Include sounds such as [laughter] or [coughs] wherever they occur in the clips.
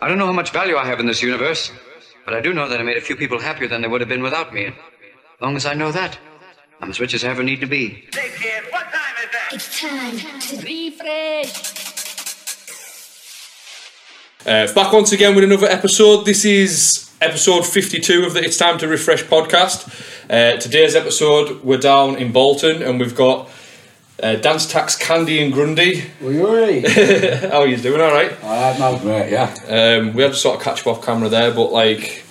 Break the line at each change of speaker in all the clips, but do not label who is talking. I don't know how much value I have in this universe, but I do know that I made a few people happier than they would have been without me. And as long as I know that, I'm as rich as I ever need to be.
Hey, kid, what time is that?
It's time to be free.
Uh, back once again with another episode. This is episode 52 of the It's Time to Refresh podcast. Uh, today's episode, we're down in Bolton and we've got uh, Dance Tax Candy and Grundy. [laughs]
Were you [laughs] already?
How are you doing? All right.
Alright, man. Right, yeah.
Um, we had to sort of catch up off camera there, but like,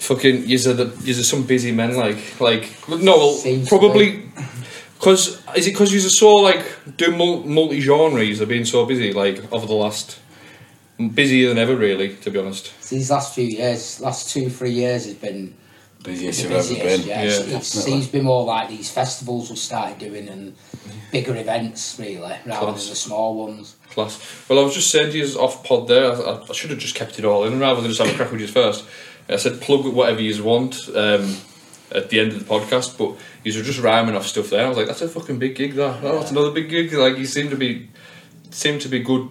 fucking, yous are the yous are some busy men. Like, like no, well,
Seems
probably because is it because yous are so like doing multi genre? Yous are being so busy like over the last busier than ever, really. To be honest,
These last few years, last two, three years has been the
Busiest you've ever
busiest,
been.
Yeah.
Yeah,
It's- it's,
definitely.
it's been more like these festivals we started doing and bigger events, really, rather
Class.
than the small ones.
class. Well, I was just saying to yous off pod there. I, I should have just kept it all in rather than just have a crack with yous first. I said plug whatever yous want. Um, at the end of the podcast, but yous were just rhyming off stuff there. I was like, that's a fucking big gig. That oh, that's another big gig. Like you seem to be seem to be good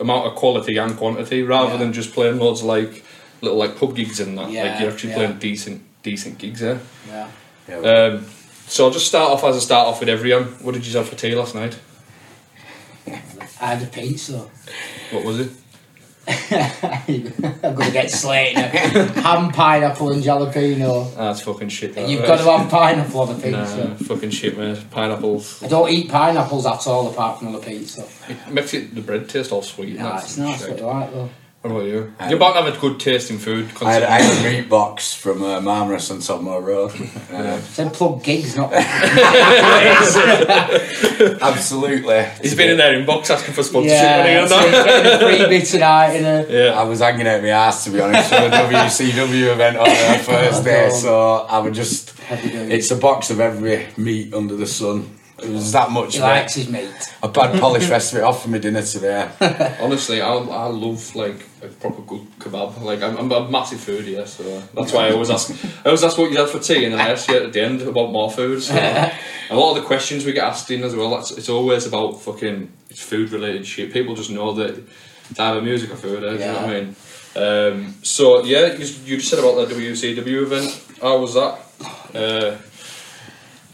amount of quality and quantity rather
Yeah.
than just playing loads of, like little like pub gigs and that. like
Yeah,
you're actually
yeah.
playing decent decent gigs there.
Yeah.
Yeah.
Um, so I'll just start off as I start off with everyone. What did you have for tea last night?
I had a pizza. [laughs]
What was it?
I'm gonna get slated. Ham, pineapple, and jalapeno.
Ah, it's fucking shit. that,
You've
right?
got to have pineapple on a pizza.
Nah, Um, fucking shit, man. Pineapples.
I don't eat pineapples at all apart from on a pizza.
It makes it the bread taste all sweet. and
Nah,
that's
it's nice,
shit.
but right though.
What about you?
I-
You're about to have a good taste in food.
I had,
Considering.
I had a meat box from uh, Marmaris on Todmore Road. Uh,
Said plug gigs, not
absolutely.
He's been in their inbox asking for sponsorship.
yeah.
money,
So
hasn't
it's getting a freebie tonight in a
he? yeah.
I was hanging out my ass to be honest for a WCW event on uh, Thursday,
Oh, God.
so I would just.
Happy days.
It's a box of every meat under the sun. It was that much.
He
of it.
likes his meat.
I've had polished rest of it off for my dinner today.
Honestly, I, I love like a proper good kebab. Like I'm, I'm a massive foodie, so uh, that's why I always ask. I always ask what you had for tea, and then I ask you at the end about more food. So. a lot of the questions we get asked in as well. That's it's always about fucking it's food related shit. People just know that it's either music or food. eh, Do you know what I mean? Um, so yeah, you, you just said about the WCW event. How was that? Uh,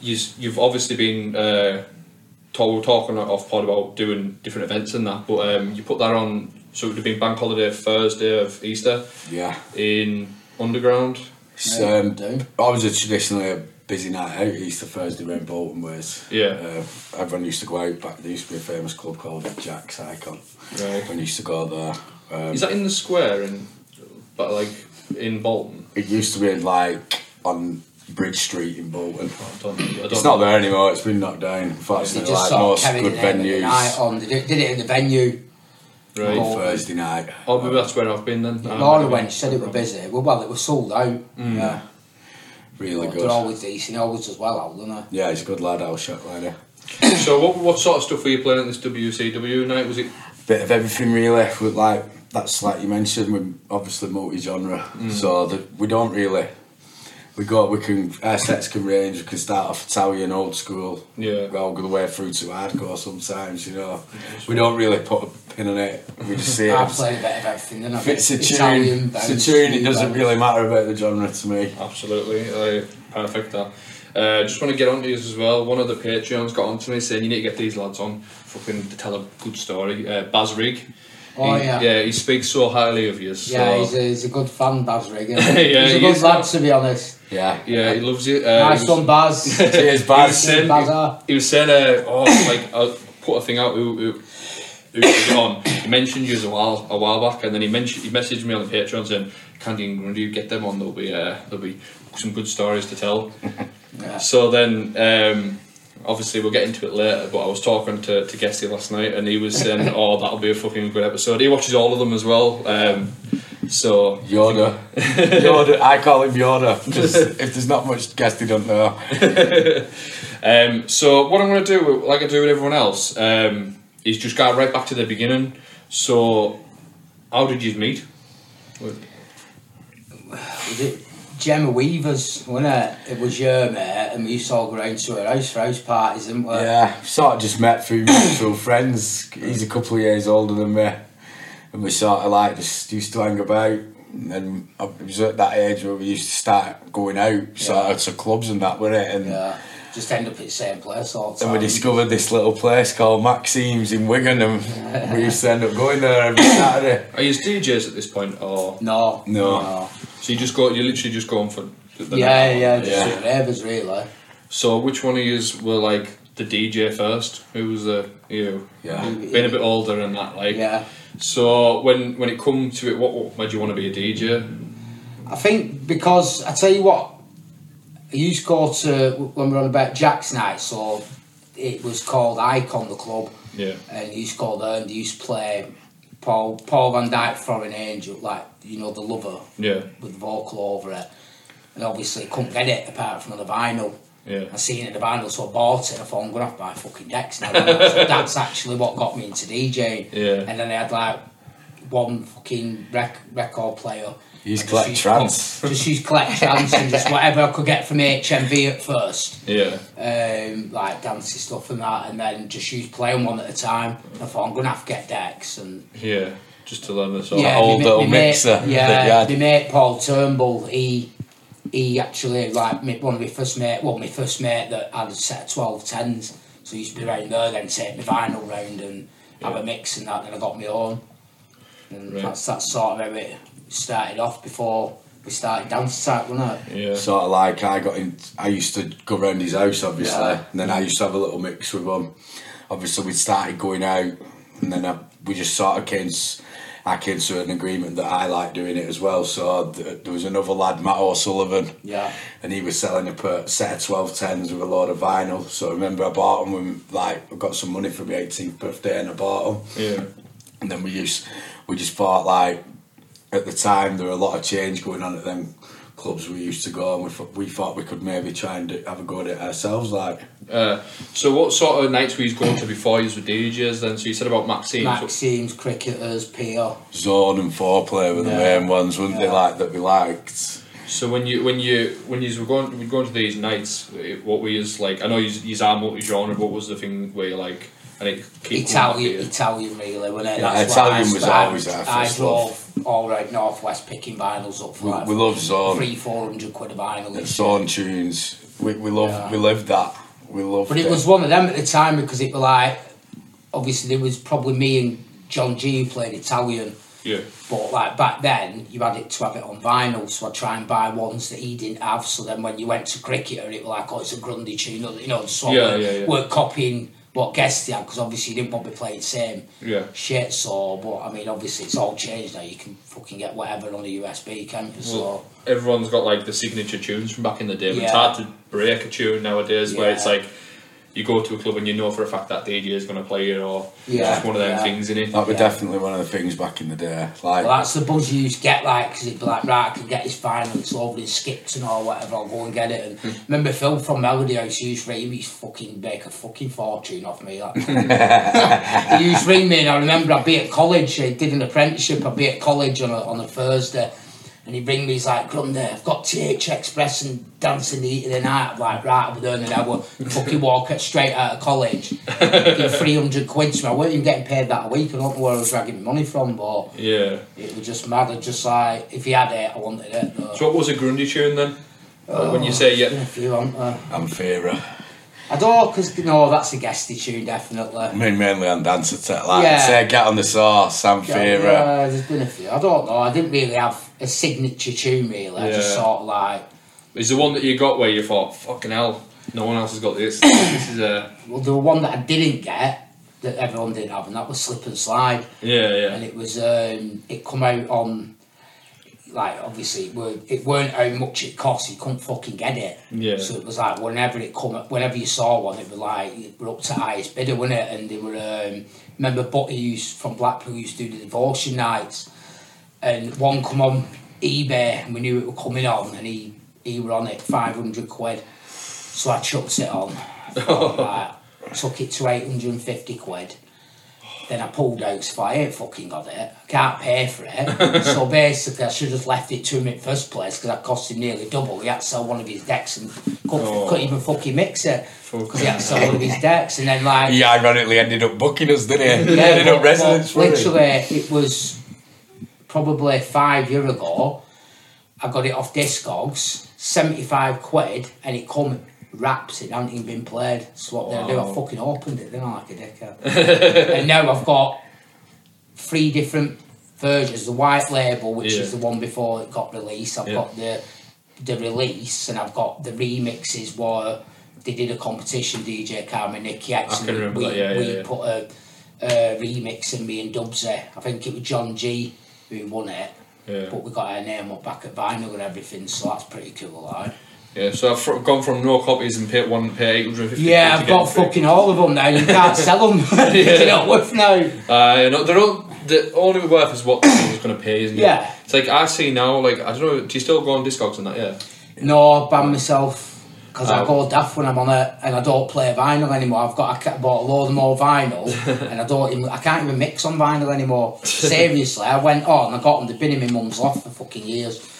you, you've obviously been uh, talk, we were talking off pod about doing different events and that, but um, you put that on, so it would have been bank holiday Thursday of Easter
yeah.
in Underground.
It's,
Yeah,
um,
do.
I was a traditionally a busy night out Easter Thursday when Bolton was.
Yeah.
Uh, everyone used to go out back. There used to be a famous club called Jack's Icon.
Right.
Everyone used to go there. Um,
Is that in the square in, but like in Bolton?
it used to be like on Bridge Street in Bolton.
I don't, I don't
It's not there anymore. It's been knocked down.
They
Unfortunately,
just
like
sort of
most
carried
good
it in the night
venues,
on. They did did it at the venue.
Right.
Oh.
Thursday night.
Oh, maybe that's where I've been then. Um, I
Laura
don't
went.
know.
She said it were busy. Well, well, it was sold out.
Yeah. Mm, Really
They're
good.
always decent. They always does well out, don't they?
Yeah, he's a good lad. I'll shot later.
So what, what sort of stuff were you playing at this WCW night? Was it
bit of everything really. With like that's like you mentioned, we're obviously multi-genre, so that we don't really. We go. We can our sets can range. We can start off Italian old school.
Yeah.
Go all the way through to hardcore. Sometimes you know, we don't really put a pin on it.
[laughs]
We just see it.
I
as-
played a bit of everything. Didn't I?
If it's a
Italian
tune, it's a
bands,
tune. It
new
doesn't
bands.
really matter about the genre to me.
Absolutely, I perfect that. Uh, just want to get on to you as well. One of the Patreons got on to me saying you need to get these lads on fucking to tell a good story. Uh, Baz Rigg.
Oh,
He-
yeah.
Yeah, he speaks so highly of you. So.
Yeah, he's a, he's a good fan, Baz Rigg.
[laughs]
isn't he?
Yeah,
he's a
he
good
is.
lad, to be honest.
Yeah.
yeah, he loves you. Uh,
Nice
he was-
one,
[laughs]
Baz.
Cheers,
he was
Baz.
saying,
Baz, ah.
he was saying uh, oh, [coughs] like, I'll put a thing out, who, who, who was it on? He mentioned you a while, a while back, and then he mentioned, he messaged me on the Patreon saying, Candy and Grundy, get them on, there'll be, uh, there'll be some good stories to tell.
Yeah.
So then, um, obviously, we'll get into it later, but I was talking to, to Gesty last night and he was saying, oh, that'll be a fucking good episode. He watches all of them as well. Um, so, [laughs]
Yoda. Yoda. I call him Yoda. Just, if there's not much guest, he don't know.
um, so what I'm going to do, like I do with everyone else, um, is just go right back to the beginning. So, how did you meet?
Was it Gemma Weavers, wasn't it? It was your mate, and we used to all go round to her house for house parties, didn't we?
[coughs] Yeah, sort of just met through mutual friends. He's a couple of years older than me. and we sort of like just used to hang about. And I was at that age where we used to start going out, sort of to clubs and that, were it? And
Yeah. Just end up at the same place all the time.
and we discovered this little place called Maxime's in Wigan, and we used to end up going there every [coughs] Saturday.
Are you DJs at this point, or
no,
No.
so you just go? You're literally just going for. The, the
Yeah,
next
yeah,
one?
just
Yeah.
ravers really.
So which one of yous were like the DJ first? Who was the you?
Yeah.
Being a bit older and that, like.
Um, Yeah.
So when when it come to it, what, what made you want to be a DJ?
I think because I tell you what, I used to go to when we were on about Jack's night, so it was called Icon the club,
Yeah.
and he used to go there and he used to play Paul Paul Van Dyke Foreign Angel, like you know the lover
Yeah.
with the vocal over it, and obviously couldn't get it apart from on the vinyl.
Yeah.
I seen it in the vinyl, so I bought it. I thought I'm gonna have to buy fucking decks
[laughs]
now. That's actually what got me into DJing.
Yeah.
And then I had like one fucking rec- record player.
You used to
I just
collect
used- [laughs]
trance.
Just used collect trance and just whatever I could get from HMV at first,
Yeah.
um, like dancey stuff and that, and then just used playing one at a time. I thought I'm gonna have to get decks and
Yeah. Just to learn the song.
me
old
ma-
little
me
mixer
Mate, yeah,
that you had.
my mate Paul Turnbull, he he actually like me, one of my first mate, well my first mate that had a set of twelve tens, so he used to be round there, then take my vinyl round and have a mix and that. Then I got my own, and
Right.
that's that's sort of how it started off before we started dance type, wasn't it?
Yeah.
Sort of like I got in, I used to go round his house obviously,
Yeah.
and then I used to have a little mix with him. Obviously, we started going out, and then I, we just sort of came, s- I came to an agreement that I like doing it as well. So th- there was another lad, Matt O'Sullivan,
Yeah.
and he was selling a per- set of twelve tens with a load of vinyl. So I remember I bought them when like I got some money for my eighteenth birthday, and I bought them.
Yeah.
And then we used, we just thought like, at the time there were a lot of change going on at them clubs we used to go, and we, thought- we thought we could maybe try and do, have a go at it ourselves. Like,
Uh, so what sort of nights were you going to before you were DJs then? So you said about Maxine.
Maxims, cricketers, Peel.
zone and foreplay were the
Yeah.
main ones, weren't they?
Yeah.
Like that we liked.
So when you when you when you were going were going to these nights, eh, what were you like? I know you you are multi genre, but what was the thing where you like? And it keep coming back
Italian,
to you?
Italian really, wasn't it?
Yeah,
That's what
Italian
I
was
started-
always our
I
first
drove all right northwest picking vinyls up for
We,
like
we loved zone,
three, four hundred quid of vinyl. each.
zone tunes. We we loved
Yeah.
we lived that. We loved.
But it was one of them at the time because it was like, obviously there was probably me and John G who played Italian,
Yeah.
but like back then you had it to have it on vinyl, so I'd try and buy ones that he didn't have. So then when you went to cricketer, it was like, oh, it's a Grundy tune, you know, so
Yeah,
we
yeah, yeah.
we're copying what guests he had because obviously he didn't want to play the same.
Yeah.
shit so but I mean obviously it's all changed now you can fucking get whatever on a USB can't you so
Well, everyone's got like the signature tunes from back in the day. but It's
Yeah.
hard to break a tune nowadays where it's
Yeah.
like you go to a club and you know for a fact that DJ is going to play it, or it's
Yeah,
just one of them
yeah.
things in it.
that were
yeah.
definitely one of the things back in the day. Like
well that's the buzz you used to get like because it'd be like right I can get his final it's over in Skipton or whatever I'll go and get it and remember Phil from Melody House he used to ring me he's fucking make a fucking fortune off me like he used to ring me and I remember I'd be at college I did an apprenticeship I'd be at college on a, on a Thursday and he'd ring me he's like Grundy I've got TH Express and dancing the heat of the night I'm like right I'll be there in an hour fucking walk it straight out of college fucking 300 quid to me I weren't even getting paid that a week I don't know where I was dragging my money from but
Yeah.
it was just mad. I just like if you had it, I wanted it. Though.
So what was a Grundy tune then?
Oh.
Like, when you say yeah,
If you want, uh,
Amphira.
I don't because no, that's a guesty tune
I
definitely.
mean, mainly on dancer tech. Like,
Yeah.
say, get on the sauce, Amphira.
Yeah, there's been a few. I don't know. I didn't really have a signature tune really. I just
Yeah.
sort of like
is the one that you got where you thought fucking hell, no one else has got this. [coughs] this is a
well, the one that I didn't get that everyone did have, and that was Slip and Slide.
yeah yeah.
and it was um, it come out on like obviously it, were, it weren't how much it cost you couldn't fucking get it
Yeah.
so it was like whenever it come whenever you saw one it was like it were up to highest bidder wasn't it and they were um, remember Butty used from Blackpool used to do the devotion nights and one come on eBay and we knew it were coming on and he he were on it 500 quid so I chucked it on Right, took it to 850 quid then I pulled out so I ain't fucking got it I can't pay for it so basically I should have left it to him in first place because that cost him nearly double he had to sell one of his decks and couldn't,
Oh.
couldn't even fucking mix it because he had
Fucking-
to sell one of his decks and then like [laughs]
He ironically ended up booking us, didn't he? he ended
but-
up residence
but
for it.
Literally, it was probably five year ago. I got it off Discogs, seventy five quid, and it come wrapped. It hadn't even been played. So what did I do? I
Wow.
fucking opened it. Then I like
[laughs]
a dickhead. and now I've got three different versions. The white label, which
Yeah.
is the one before it got released. I've
Yeah.
got the the release, and I've got the remixes where they did a competition. DJ Carmen, Nicky X,
can
and
remember
we,
that, yeah,
we
yeah, yeah.
put a, a remix in me and Dubsy. I think it was John G who won it.
Yeah.
But we got our name up back at vinyl and everything, so that's pretty cool, like.
Yeah, so I've fr- gone from no copies and paid one pay eight hundred fifty.
Yeah, I've got fucking all of them now. You can't sell them. [laughs]
[laughs]
They're not worth now.
Uh, no, they're all the only worth is what someone's going to pay, isn't it?
Yeah.
It's like I see now. Like I don't know. Do you still go on Discogs and that? Yeah.
No, I ban myself because I
Oh.
go daft when I'm on it, and I don't play vinyl anymore. I've got I ca- bought a load more vinyl, and I don't even I can't even mix on vinyl anymore. Seriously, I went on. I got them. They've been in my mum's loft for fucking years.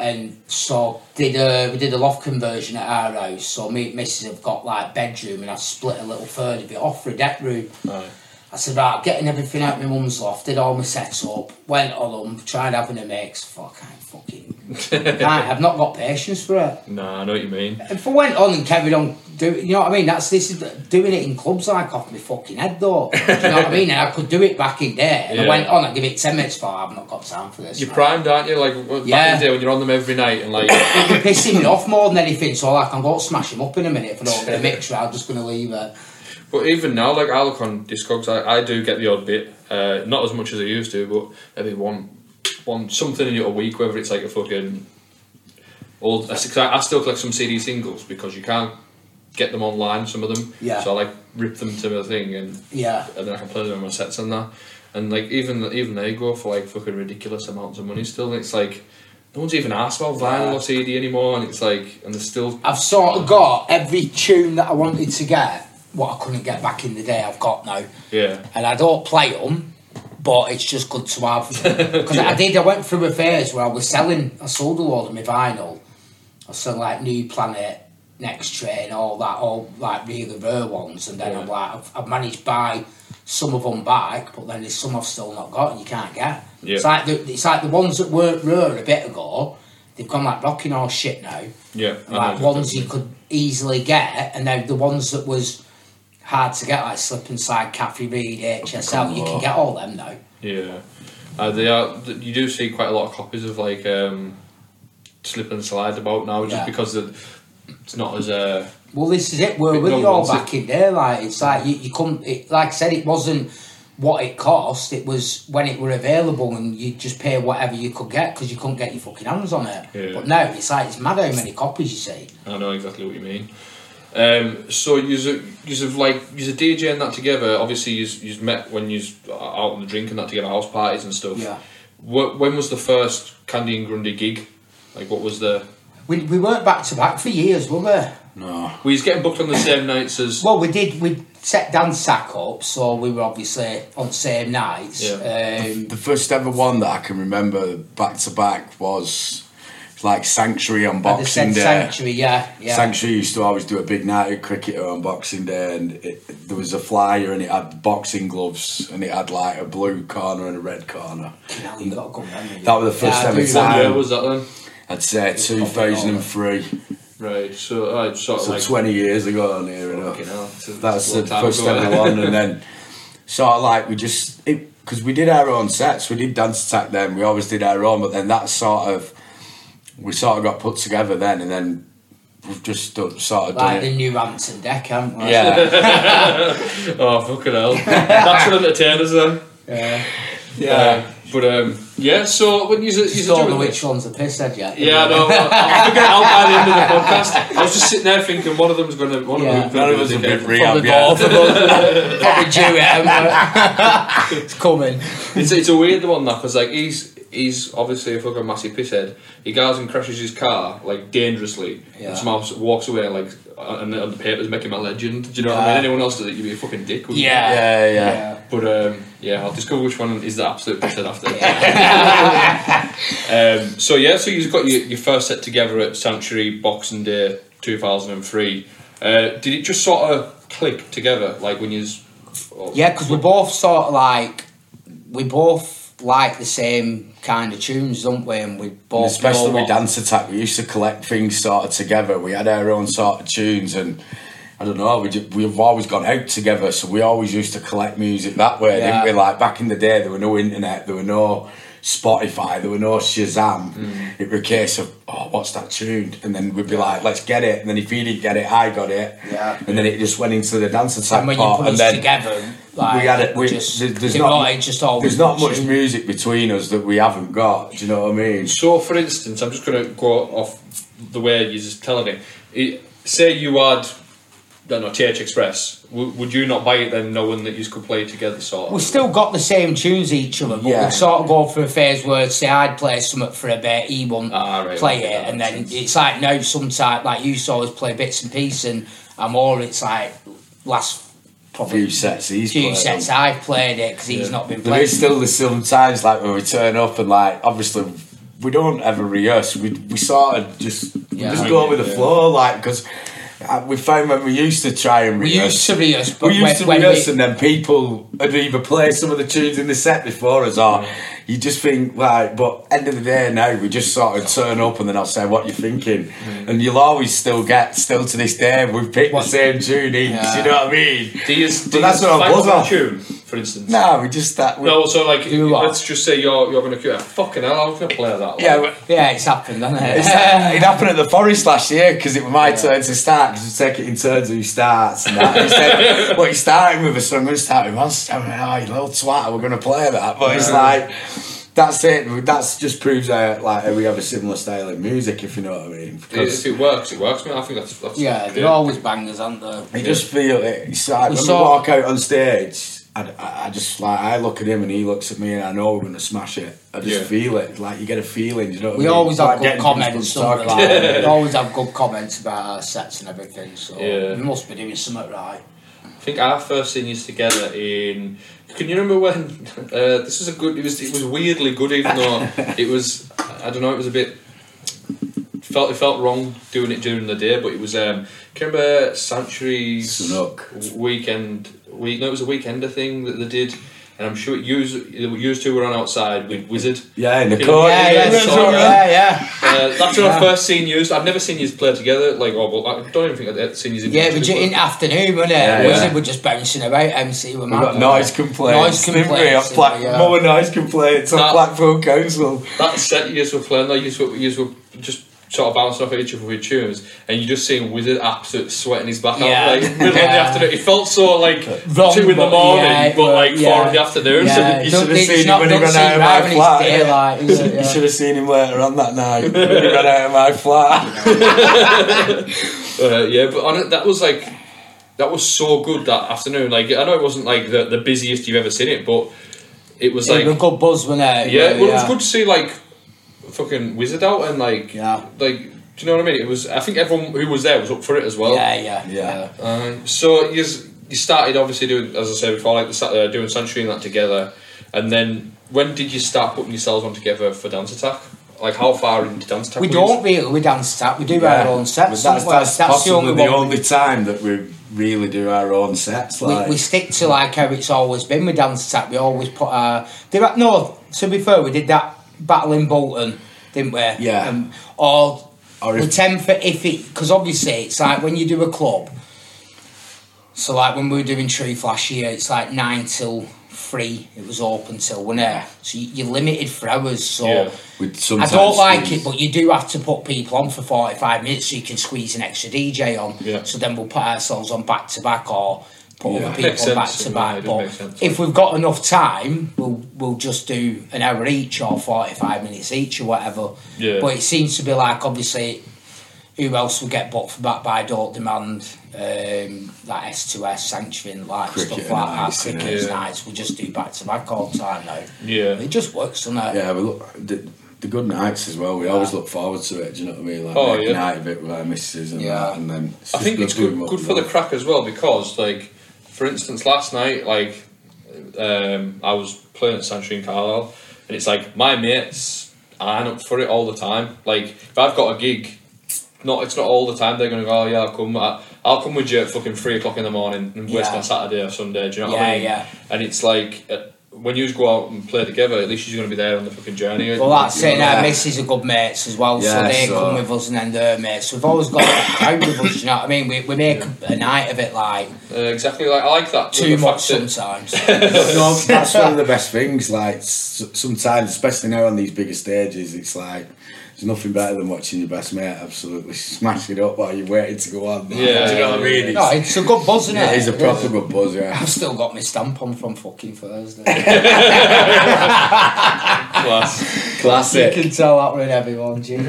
And so did a, we did a loft conversion at our house. So me and Mrs have got like bedroom, and I split a little third of it off for a deck room.
Aye.
I said, right, I'm getting everything out my mum's loft, did all my sets up, went on them, tried having a mix. Fuck, I ain't fucking. [laughs] I can't, I've not got patience for it.
Nah, I know what you mean.
If I went on and carried on doing, you know what I mean? That's this is doing it in clubs like off my fucking head though. Do you know what I mean? And I could do it back in there. And I
Yeah.
went on, I give it ten minutes for. I've not got time for this.
You're
man."
primed, aren't you? Like w- back
Yeah.
in the day when you're on them every night and like.
You're pissing me off more than anything. So like, I'm going to smash him up in a minute if I
[laughs]
don't get a mixture. I'm just going to leave it.
but even now, like I look on Discogs, I, I do get the odd bit. Uh, not as much as I used to, but maybe one, one something in it a week. Whether it's like a fucking old. 'cause I, I still collect some CD singles because you can't get them online. Some of them.
Yeah.
So I like rip them to my thing and
Yeah.
and then I can play them on my sets and that. And like even even they go for like fucking ridiculous amounts of money still. And it's like no one's even asked about vinyl or CD anymore, and it's like and they're still
I've sort of got every tune that I wanted to get, what I couldn't get back in the day, I've got now.
yeah
And I don't play them, but it's just good
[laughs]
to have. Because I did, I went through a phase where I was selling, I sold a lot of my vinyl. I was selling like New Planet, Next Train, all that, all like really rare ones. And then I'm
Yeah.
like, I've, I've managed to buy some of them back, but then there's some I've still not got and you can't get.
Yeah.
It's, like the, it's like the ones that weren't rare a bit ago, they've gone like rocking all shit now
yeah I know
like
exactly
ones
what you
you
mean.
could easily get, and then the ones that was hard to get, like Slip Inside, Cafe Reed, HSL, you can get all them now.
yeah uh, they are th- you do see quite a lot of copies of like um, slip and slide about now just
Yeah.
because the, it's not as uh,
Well, this is it. We're
Big
with you
number,
all
isn't
back in there. Like it's like you, you come. It, like I said, it wasn't what it cost. It was when it were available, and you just pay whatever you could get because you couldn't get your fucking hands on it.
Yeah.
But now it's like it's mad how many copies you see.
I know exactly what you mean. Um, so you you've like you're DJ and that together. Obviously, you've met when you're out on the drink and that together, house parties and stuff.
Yeah.
Wh- when was the first Candy and Grundy gig? Like, what was the?
We, we weren't back to back for years, were we?
No.
We was getting booked on the same nights as.
Well, we did. We set Dan's sack up, so we were obviously on the same nights.
Yeah.
Um,
The first ever one that I can remember back to back was like Sanctuary on
At the
Boxing
said
Day.
Sanctuary, yeah, yeah.
Sanctuary used to always do a big night at Cricketer on Boxing Day, and it, there was a flyer, and it had boxing gloves, and it had like a blue corner and a red corner.
Now you've got a good memory.
That was the first
Yeah, I
time
do
it's
what
remember.
year
um,
was that then?
I'd say two thousand and three,
Right. So I sort of
so
like.
twenty years ago, near
Fucking hell,
enough.
it's a-
That's
it's a
the
long time
first
ago.
ever one, and
[laughs]
then sort of like we just because we did our own sets, we did dance attack then, we always did our own, but then that sort of we sort of got put together then, and then we've just done, sort of done
Like
it.
the new Hampton deck, haven't [laughs] we?
yeah,
Oh fucking hell! [laughs] That's what entertained us then.
yeah.
Uh, but um, yeah. So when you
You
you
don't
doing
know
this-
which one's the piss head yet.
Yeah, I know. I- I figured it out by the end of the podcast. I was just sitting there thinking one of them's going to one
Yeah.
of them.
that was a bit
Probably
rehab. Yeah.
both of us. [laughs] Probably due it, haven't [laughs] we? It's coming.
It's, it's a weird one that because like he's he's obviously a fucking massive pisshead. He goes and crashes his car like dangerously,
Yeah.
and somehow walks away like and the, and the papers make him a legend. Do you know what I
Yeah.
mean? Anyone else does it, you'd be a fucking dick. wouldn't
Ah. Yeah.
Yeah, yeah.
you? But um, yeah, I'll discover which one is the absolute pisshead after.
[laughs]
um, so yeah, so you've got your, your first set together at Sanctuary Boxing Day 2003. Uh, did it just sort of click together like when you?
Yeah, because we're both sort of like we both like the same kind of tunes, don't we? And we both know
especially
what-
with Dance Attack, we used to collect things sort of together. We had our own sort of tunes, and I don't know, we just, we've always gone out together, so we always used to collect music that way,
Yeah.
didn't we? Like back in the day, there were no internet, there were no Spotify, there were no Shazam.
Mm.
It was a case of, oh, what's that tune? And then we'd be like, let's get it. And then if he didn't get it, I got it.
Yeah.
And then it just went into the Dance Attack
And when you
part,
put
and
us
then
together, like,
we had it. We,
just,
there- there's
you
not,
know, it just all
there's not much music between us that we haven't got. Do you know what I mean?
So, for instance, I'm just going to go off the way you're just telling me. It, say you had, I don't know, TH Express. W- would you not buy it then, knowing that you could play it together, sort
We
of?
still got the same tunes each other, but
Yeah.
we'd sort of go through a phase where say I'd play something for a bit, he wouldn't
Ah, right,
play
okay,
it,
that
and
makes
then
sense.
it's like now sometimes like you saw us play bits and pieces, and I'm all it's like last probably
few sets he's
few
played
sets
on.
I've played it because he's
Yeah.
not been
There
playing.
is still the sometimes like when we turn up and like obviously we don't ever rehearse. We we sort of just we
Yeah.
just go with the
Yeah.
flow like because we found when we used to try and
we
rehearse.
used to rehearse, but
we
when,
used to
when
rehearse,
we,
and then people had either played some of the tunes in the set before us, or you just think like. But end of the day, now we just sort of turn up, and then I'll say what you're thinking, and you'll always still get still to this day we've picked
What-
the same tune each.
Yeah.
You know what I mean?
Do you, do
But that's
you
what I
find
was
it on
off.
tune, for instance?
No, we just
uh,
that. We,
No, so like,
Do what?
let's just say you're you're going to queue. Fucking hell, I was going to play that. Like,
Yeah, we-
yeah, it's happened, hasn't it?
It's hap- it happened at the Forest last year because it was my turn to start because we take it in turns who starts and that. He said, well, you're starting with a song, I'm going to start with one song. Oh, you little twat, we're going to play that. But it's like, that's it. That's just proves uh, like we have a similar style of music, if you know what I mean. Because
if it works, it works, man. I think that's that's
[laughs] yeah, they're always bangers, aren't they?
you just feel it. It's like
We
when
saw-
we walk out on stage, I, I, I just like, I look at him and he looks at me and I know we're going to smash it. I just
Yeah.
feel it. Like, you get a feeling, you know what I
We
mean?
always
Like
have good
getting
comments.
goosebumps
don't we,
talking
Like, [laughs]
about it.
we always have good comments about our sets and everything. So
Yeah.
we must be doing something right.
I think our first thing is together in. Can you remember when? [laughs] Uh, this was a good. It was. It was weirdly good, even
[laughs]
though it was. I don't know. It was a bit. Felt it felt wrong doing it during the day, but it was. Um, can you remember Sanctuary
Snook.
weekend week? No, it was a weekender thing that they did, and I'm sure it used. Used two were on outside with Wizard.
Yeah, in the
Yeah,
corner.
Yeah, yeah,
yeah,
so-
yeah.
yeah, yeah. [laughs]
Uh, that's when I first seen you. I've never seen you play together. Like, oh, well, I don't even think I've seen you.
Yeah, we're just in the afternoon, wasn't it?
Yeah,
Wasn't
yeah.
it? We're just bouncing about MC with
We've got noise complaints.
Noise
didn't we?
complaints.
I've pla-
yeah.
More noise complaints on
That-
Blackpool Council.
that set you just were playing, like you just were, you just were just sort of bouncing off each other with tunes, and you just seeing Wizard absolutely sweating his back
Yeah.
out, like middle of the
Yeah.
afternoon. It felt so like
Wrong,
two in the
but
morning,
yeah,
but
but
like four
yeah.
in the afternoon.
Yeah,
You
don't-
should have
it's
seen him
not-
when he
don't
ran
seem
out of
right
my
when it's
flat.
[laughs]
daylight,
[laughs]
is it?
You
Yeah.
should have seen him later on that night when he ran out of my flat.
So, uh, yeah, but on it, that was like that was so good that afternoon. Like I know it wasn't like the, the busiest you've ever seen it, but it was like
it was a good buzz, wasn't it?
yeah, well, it was good to see like fucking Wizard out and like
Yeah.
like do you know what I mean? It was I think everyone who was there was up for it as well.
Yeah, yeah,
Yeah.
yeah.
Um, so you you started obviously doing, as I said before, like the Saturday doing Sanctuary and that together, and then when did you start putting yourselves on together for Dance Attack? Like how far into Dance Attack?
We
were
don't really we dance tap. We do our own sets.
But that's,
don't we?
that's, possibly
one
the
we
only time that we really do our own sets.
we,
Like,
we stick to like how it's always been with dance attack. We always put our. Did that, no, to be fair, we did that battle in Bolton, didn't we?
Yeah.
Um, or
Or
we
if-
tend for if it because obviously it's like when you do a club. So like when we were doing Tree Flash here, it's like nine till three. It was open till when it. So you- you're limited for hours. So.
Yeah.
we
I
sometimes
don't like
squeeze-
it, but you do have to put people on for 45 minutes so you can squeeze an extra DJ on.
Yeah.
So then we'll put ourselves on back to back or put
Yeah.
other people
Makes
on back
sense,
to
yeah, it
back.
does make sense.
But if we've got enough time, we'll we'll just do an hour each or 45 minutes each or whatever.
Yeah.
But it seems to be like, obviously, who else will get booked for Back by Don't Demand, um, like S2S, Sanctuary, and like
Cricket
stuff like
nights,
that,
innit?
cricket
Yeah.
nights. We just do back to back all the time now.
Yeah.
It just works, doesn't it?
Yeah, but look, the, the good nights as well. We always look forward to it. Do you know what I mean? Like
Oh,
make
yeah.
a night of it with our missus and
Yeah.
that, and then it's
I
just
think it's
doing
good,
what
good
we
for the
love.
crack as well because, like, for instance, last night, like, um, I was playing at Sanctuary in Carlisle, and it's like my mates aren't up for it all the time. Like, if I've got a gig, not it's not all the time they're going to go, oh, yeah, I'll come. I, I'll come with you at fucking three o'clock in the morning and waste
Yeah.
my Saturday or Sunday. Do you know what I
Yeah,
mean?
yeah.
And it's like, uh, when you go out and play together, at least she's going to be there on the fucking journey.
Well, that's it.
Yeah.
Our missus are good mates as well, so
Yeah,
they
so-
come with us and then they're mates. So we've always got [coughs] a crowd with us, you know what I mean? We, we make a night of it like
Uh, exactly. Like I like that.
too
the fact
much
that-
sometimes.
[laughs] no, that's one of the best things. Like s- sometimes, especially now on these bigger stages, it's like there's nothing better than watching your best mate absolutely smash it up while you're waiting to go on.
Yeah.
do you know what I mean? It's,
no, it's a good buzz, isn't
Oh, it
it?
is a proper good buzz. Yeah.
I've still got my stamp on from fucking Thursday. [laughs]
Class.
you
[laughs] Classic.
can tell that with everyone,
[laughs]
Jim.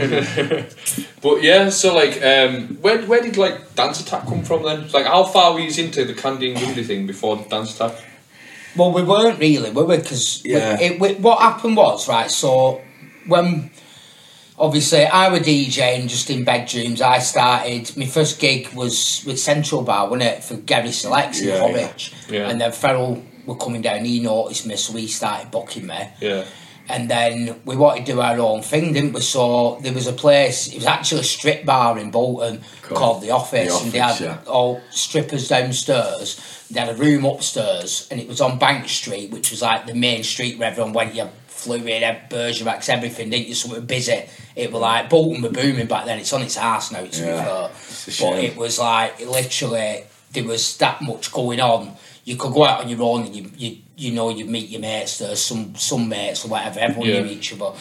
But yeah, so like, um, where where did like Dance Attack come from then? Like, how far were you into the Candy and Goody thing before Dance Attack?
well, we weren't really, were we? Because
Yeah.
it, we, what happened was, right, so when obviously I were DJing just in bedrooms, I started, my first gig was with Central Bar, wasn't it, for Gary Selects in
Yeah,
Horwich.
yeah. Yeah.
And then Ferrell were coming down, he noticed me, so he started booking me.
Yeah.
and then we wanted to do our own thing, didn't we? So there was a place. It was actually a strip bar in Bolton
Cool.
called the Office,
The
and they
Office,
had
yeah.
all strippers downstairs. They had a room upstairs, and it was on Bank Street, which was like the main street where everyone went. You flew in, Bergeracs, everything, didn't you? So we were busy. It were like Bolton were booming back then. It's on its arse now. To
Yeah.
be
a
fair,
shame.
but it was like literally there was that much going on. You could go out on your own and you you, you know you meet your mates. There's some some mates or whatever. Everyone
Yeah.
knew each other.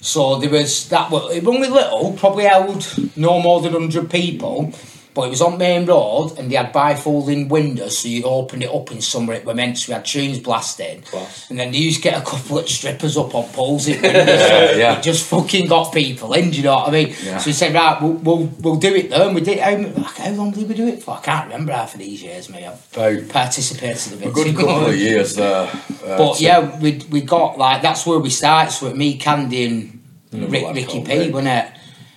So there was that. wa- When we were little, probably held no more than hundred people. But it was on main road, and they had bifolding windows, so you opened it up in summer. It were meant to. We had tunes blasting,
Class.
and then they used to get a couple of strippers up on poles in windows.
yeah.
It just fucking got people in. Do you know what I mean?
Yeah.
So we said, right, we'll, we'll we'll do it then. We did. How, how long did we do it for? I can't remember half of these years, mate. I've
About
participated a bit.
a good [laughs]
too
couple
much.
of years there. uh,
[laughs] But
to-
yeah, we we got like that's where we started. So with me, Candy, and Rick,
like
Ricky
Cold
P,
Rick.
wasn't it?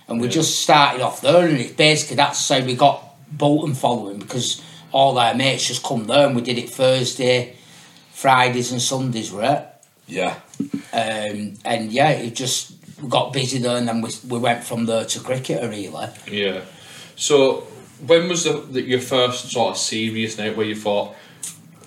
And we just started off there, and it basically that's how we got Bolton following because all our mates just come there, and we did it Thursday, Fridays, and Sundays, right?
yeah.
Um, and yeah, it just we got busy there, and then we, we went from there to cricketer really.
Yeah. So when was the, the your first sort of serious night where you thought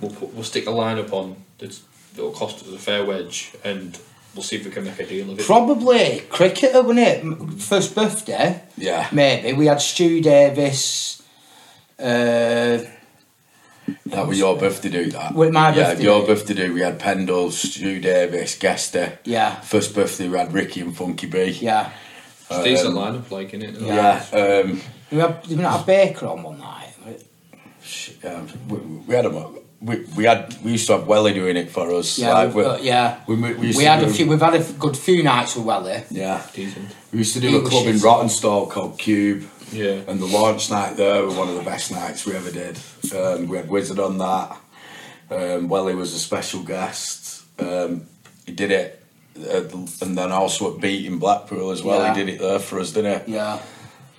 we'll put, we'll stick a line up on that's, that'll cost us a fair wedge and we'll see if we can make a deal of it.
Probably cricketer, wasn't it? M- First birthday,
Yeah.
maybe we had Stu Davis. Uh,
That was your birthday do that.
With my
yeah,
birthday
your
do.
birthday do. We had Pendle, Stu Davis, Gester.
Yeah.
First birthday we had Ricky and Funky B.
yeah,
It's a decent lineup, like in it.
Yeah. Um,
we had, did we not have Baker on one night.
Shit, yeah, we, we had a we, we had we used to have Welly doing it for us.
Yeah,
like,
we've got- yeah.
We, we, used
We
to
had a
do-
few. We've had a f- good few nights with Welly.
Yeah,
Decent.
we used to do
He
a
was
club in
shit.
Rottenstall called Cube,
Yeah.
and the launch night there was one of the best nights we ever did. Um, we had Wizard on that. Um, Welly was a special guest. Um, he did it, uh, and then also at Beat in Blackpool as well.
Yeah.
He did it there for us, didn't he?
Yeah.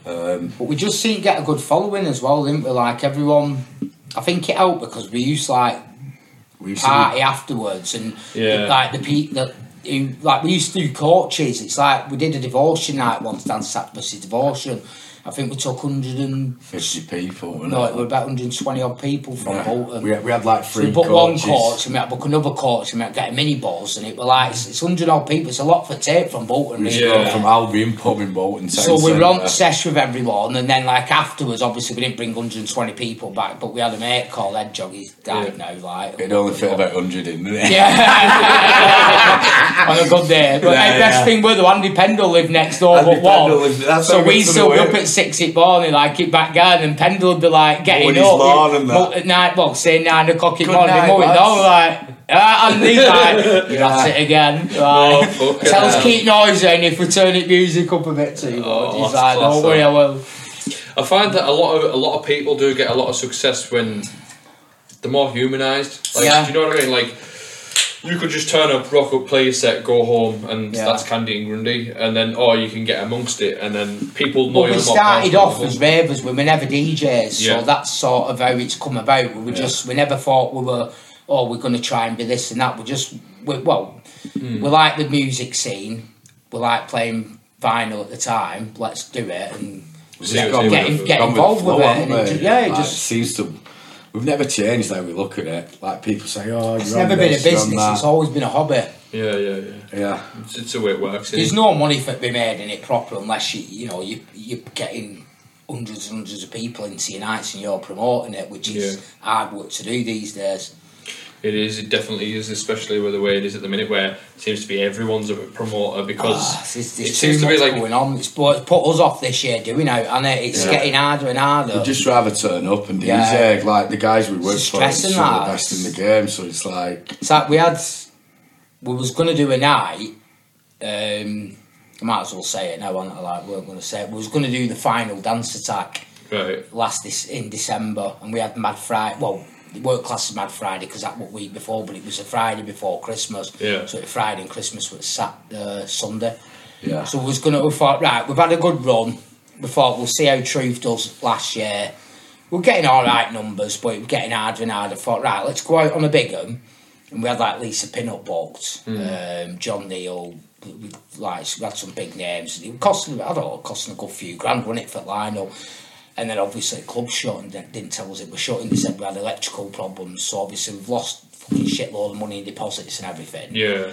Um,
but we just seemed to get a good following as well, didn't we? Like everyone, I think it helped because we used to, like
We used to do-
party afterwards and
Yeah.
like the pe that who like we used to do coaches it's like we did a devotion night once Dan Sack versus devotion I think we took 100 and
50 people. weren't
no
it?
it were about 120 odd people from
Yeah.
Bolton
We, had, we had like
so we
three
put
coaches.
one coach and we had book another coach and we had get mini balls and it were like it's, it's 100 odd people it's a lot for tape from Bolton
We
really.
used to
Yeah.
go from Albion pub in Bolton.
So
town
we were on
centre.
sesh with everyone, and then like afterwards, obviously we didn't bring 120 people back, but we had a mate called Ed Jog. He's died now, like
It only fit about 100 in, didn't [laughs] it?
Yeah. [laughs] on a good day. But
Yeah,
the best
yeah.
thing were the Andy Pendle lived next door
Andy
but one.
Pendle lived- that's
so
how
we
it's
still
gonna
up
work.
at six at morning, like in back garden, and Pendle would be like getting
Mowing
up
his lawn and that.
mow- at night, well, say nine o'clock in
Good
the morning,
night,
mowing
lads.
lawn, like ah,
[laughs]
Andy's like that's it again. Like,
fucking
tell us
hell.
keep noise in if we turn it music up a bit too much.
Oh,
He's
that's
like,
class,
don't worry, I will.
I find that a lot of a lot of people do get a lot of success when they're more humanised. Like,
Yeah.
Do you know what I mean? Like, you could just turn up, rock up, play your set, go home, and
Yeah.
that's Candy and Grundy. And then, or you can get amongst it, and then people know
But we
you're a lot
started
more
off
personable.
as ravers, we were never DJs,
Yeah.
so that's sort of how it's come about. We were just, we never thought we were, oh, we're going to try and be this and that. We just, we, well,
Hmm.
we like the music scene, we like playing vinyl at the time, let's do it and
Just
Yeah,
gone
get,
with
in-
the-
get
gone with the
involved with
flow,
it. And
haven't
it
we?
ju- yeah, it
Like,
just,
seems to. We've never changed how we look at it. Like people say, "Oh,
It's
you're on
never been a
this, you're on
business,
that.
it's always been a hobby.
Yeah, yeah, yeah.
Yeah,
It's, it's the way it works.
There's
innit?
no money for it be made in it proper unless you you know you you're getting hundreds and hundreds of people into your nights and you're promoting it, which is
Yeah.
hard work to do these days.
It is. It definitely is, especially with the way it is at the minute, where it seems to be everyone's a promoter because
Ah, there's,
it
there's
seems
too
to be
much
like
going on. It's, but it's put us off this year doing out, and it, it's
Yeah.
getting harder and harder.
we'd just rather turn up and do
Yeah.
yeah. Like the guys we work for, are
stressing
some of
that.
the best in the game. So it's like,
It's like we had, we was gonna do a night. Um, I might as well say it now. I'm not like weren't gonna say it. We was gonna do the final dance attack.
right.
last this in December, and we had Mad Friday. Well, the work class is Mad Friday because that was week before, but it was a Friday before Christmas.
Yeah.
So the Friday and Christmas was sat uh, Sunday.
yeah,
So we was gonna. We thought right, we've had a good run. We thought we'll see how Truth does last year. We're getting all right numbers, but it was getting harder and harder. Thought right, let's go out on a big one. And we had like Lisa Pinup booked,
Hmm.
um, John Neal. We, we- like we had some big names. It cost I don't know, costing a good few grand, wasn't it, for the lineup? And then obviously the club shut and they didn't tell us it was shutting. They said we had electrical problems, so obviously we've lost fucking shitload of money in deposits and everything.
Yeah.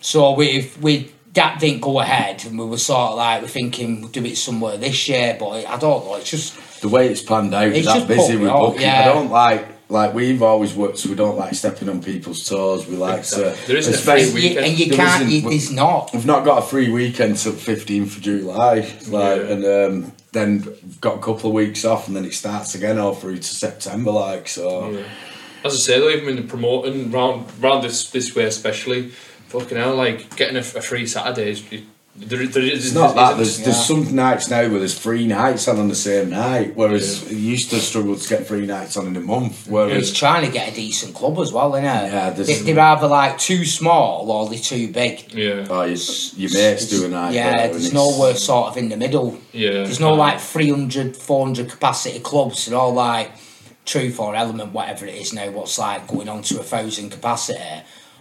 So we we that didn't go ahead, and we were sort of like we're thinking we'll do it somewhere this year, but I don't know. It's just
the way it's planned out,
It's
it's that
just put
busy with
me off,
booking.
yeah.
I don't like like we've always worked, so we don't like stepping on people's toes. We like to,
There isn't a
especially-
free
and
weekend.
you, and you
There
can't. You,
isn't-
there's not.
We've not got a free weekend till 15th of July, like,
Yeah.
and um, then we've got a couple of weeks off, and then it starts again all through to September, like so.
Yeah. As I say, though, even in the promoting round round this this way, especially fucking hell, like getting a, a free Saturday is. It, there, there is
It's not that there's
isn't-
there's some nights now where there's three nights on on the same night, whereas you used to struggle to get three nights on in a month.
He's
Whereas
trying to get a decent club as well, isn't it?
Yeah,
they,
there's-
they're either like too small or they're too big.
yeah,
oh, your, your mates do a night. there,
Yeah,
and
there's
it's-
nowhere sort of in the middle.
yeah.
There's no like 300, 400 capacity clubs. They're all like Truth or Element, whatever it is now, what's like going on to a thousand capacity.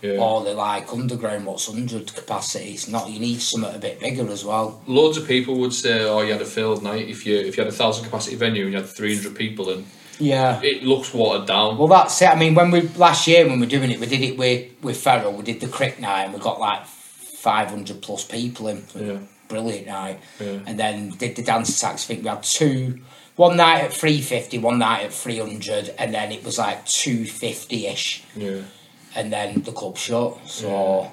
Yeah.
Or they're like underground, what's 100 capacity. It's not, you need something a bit bigger as well.
Loads of people would say, "Oh, you had a failed night if you if you had a thousand capacity venue and you had three hundred people and
Yeah.
it looks watered down."
Well, that's it. I mean, when we last year when we were doing it, we did it with with Ferrell. We did the Crick night, and we got like five hundred plus people in.
Yeah.
Brilliant night.
Yeah.
And then did the dance attacks. I think we had two, one night at 350, one night at 300, and then it was like 250 ish,
yeah,
and then the club shut. So,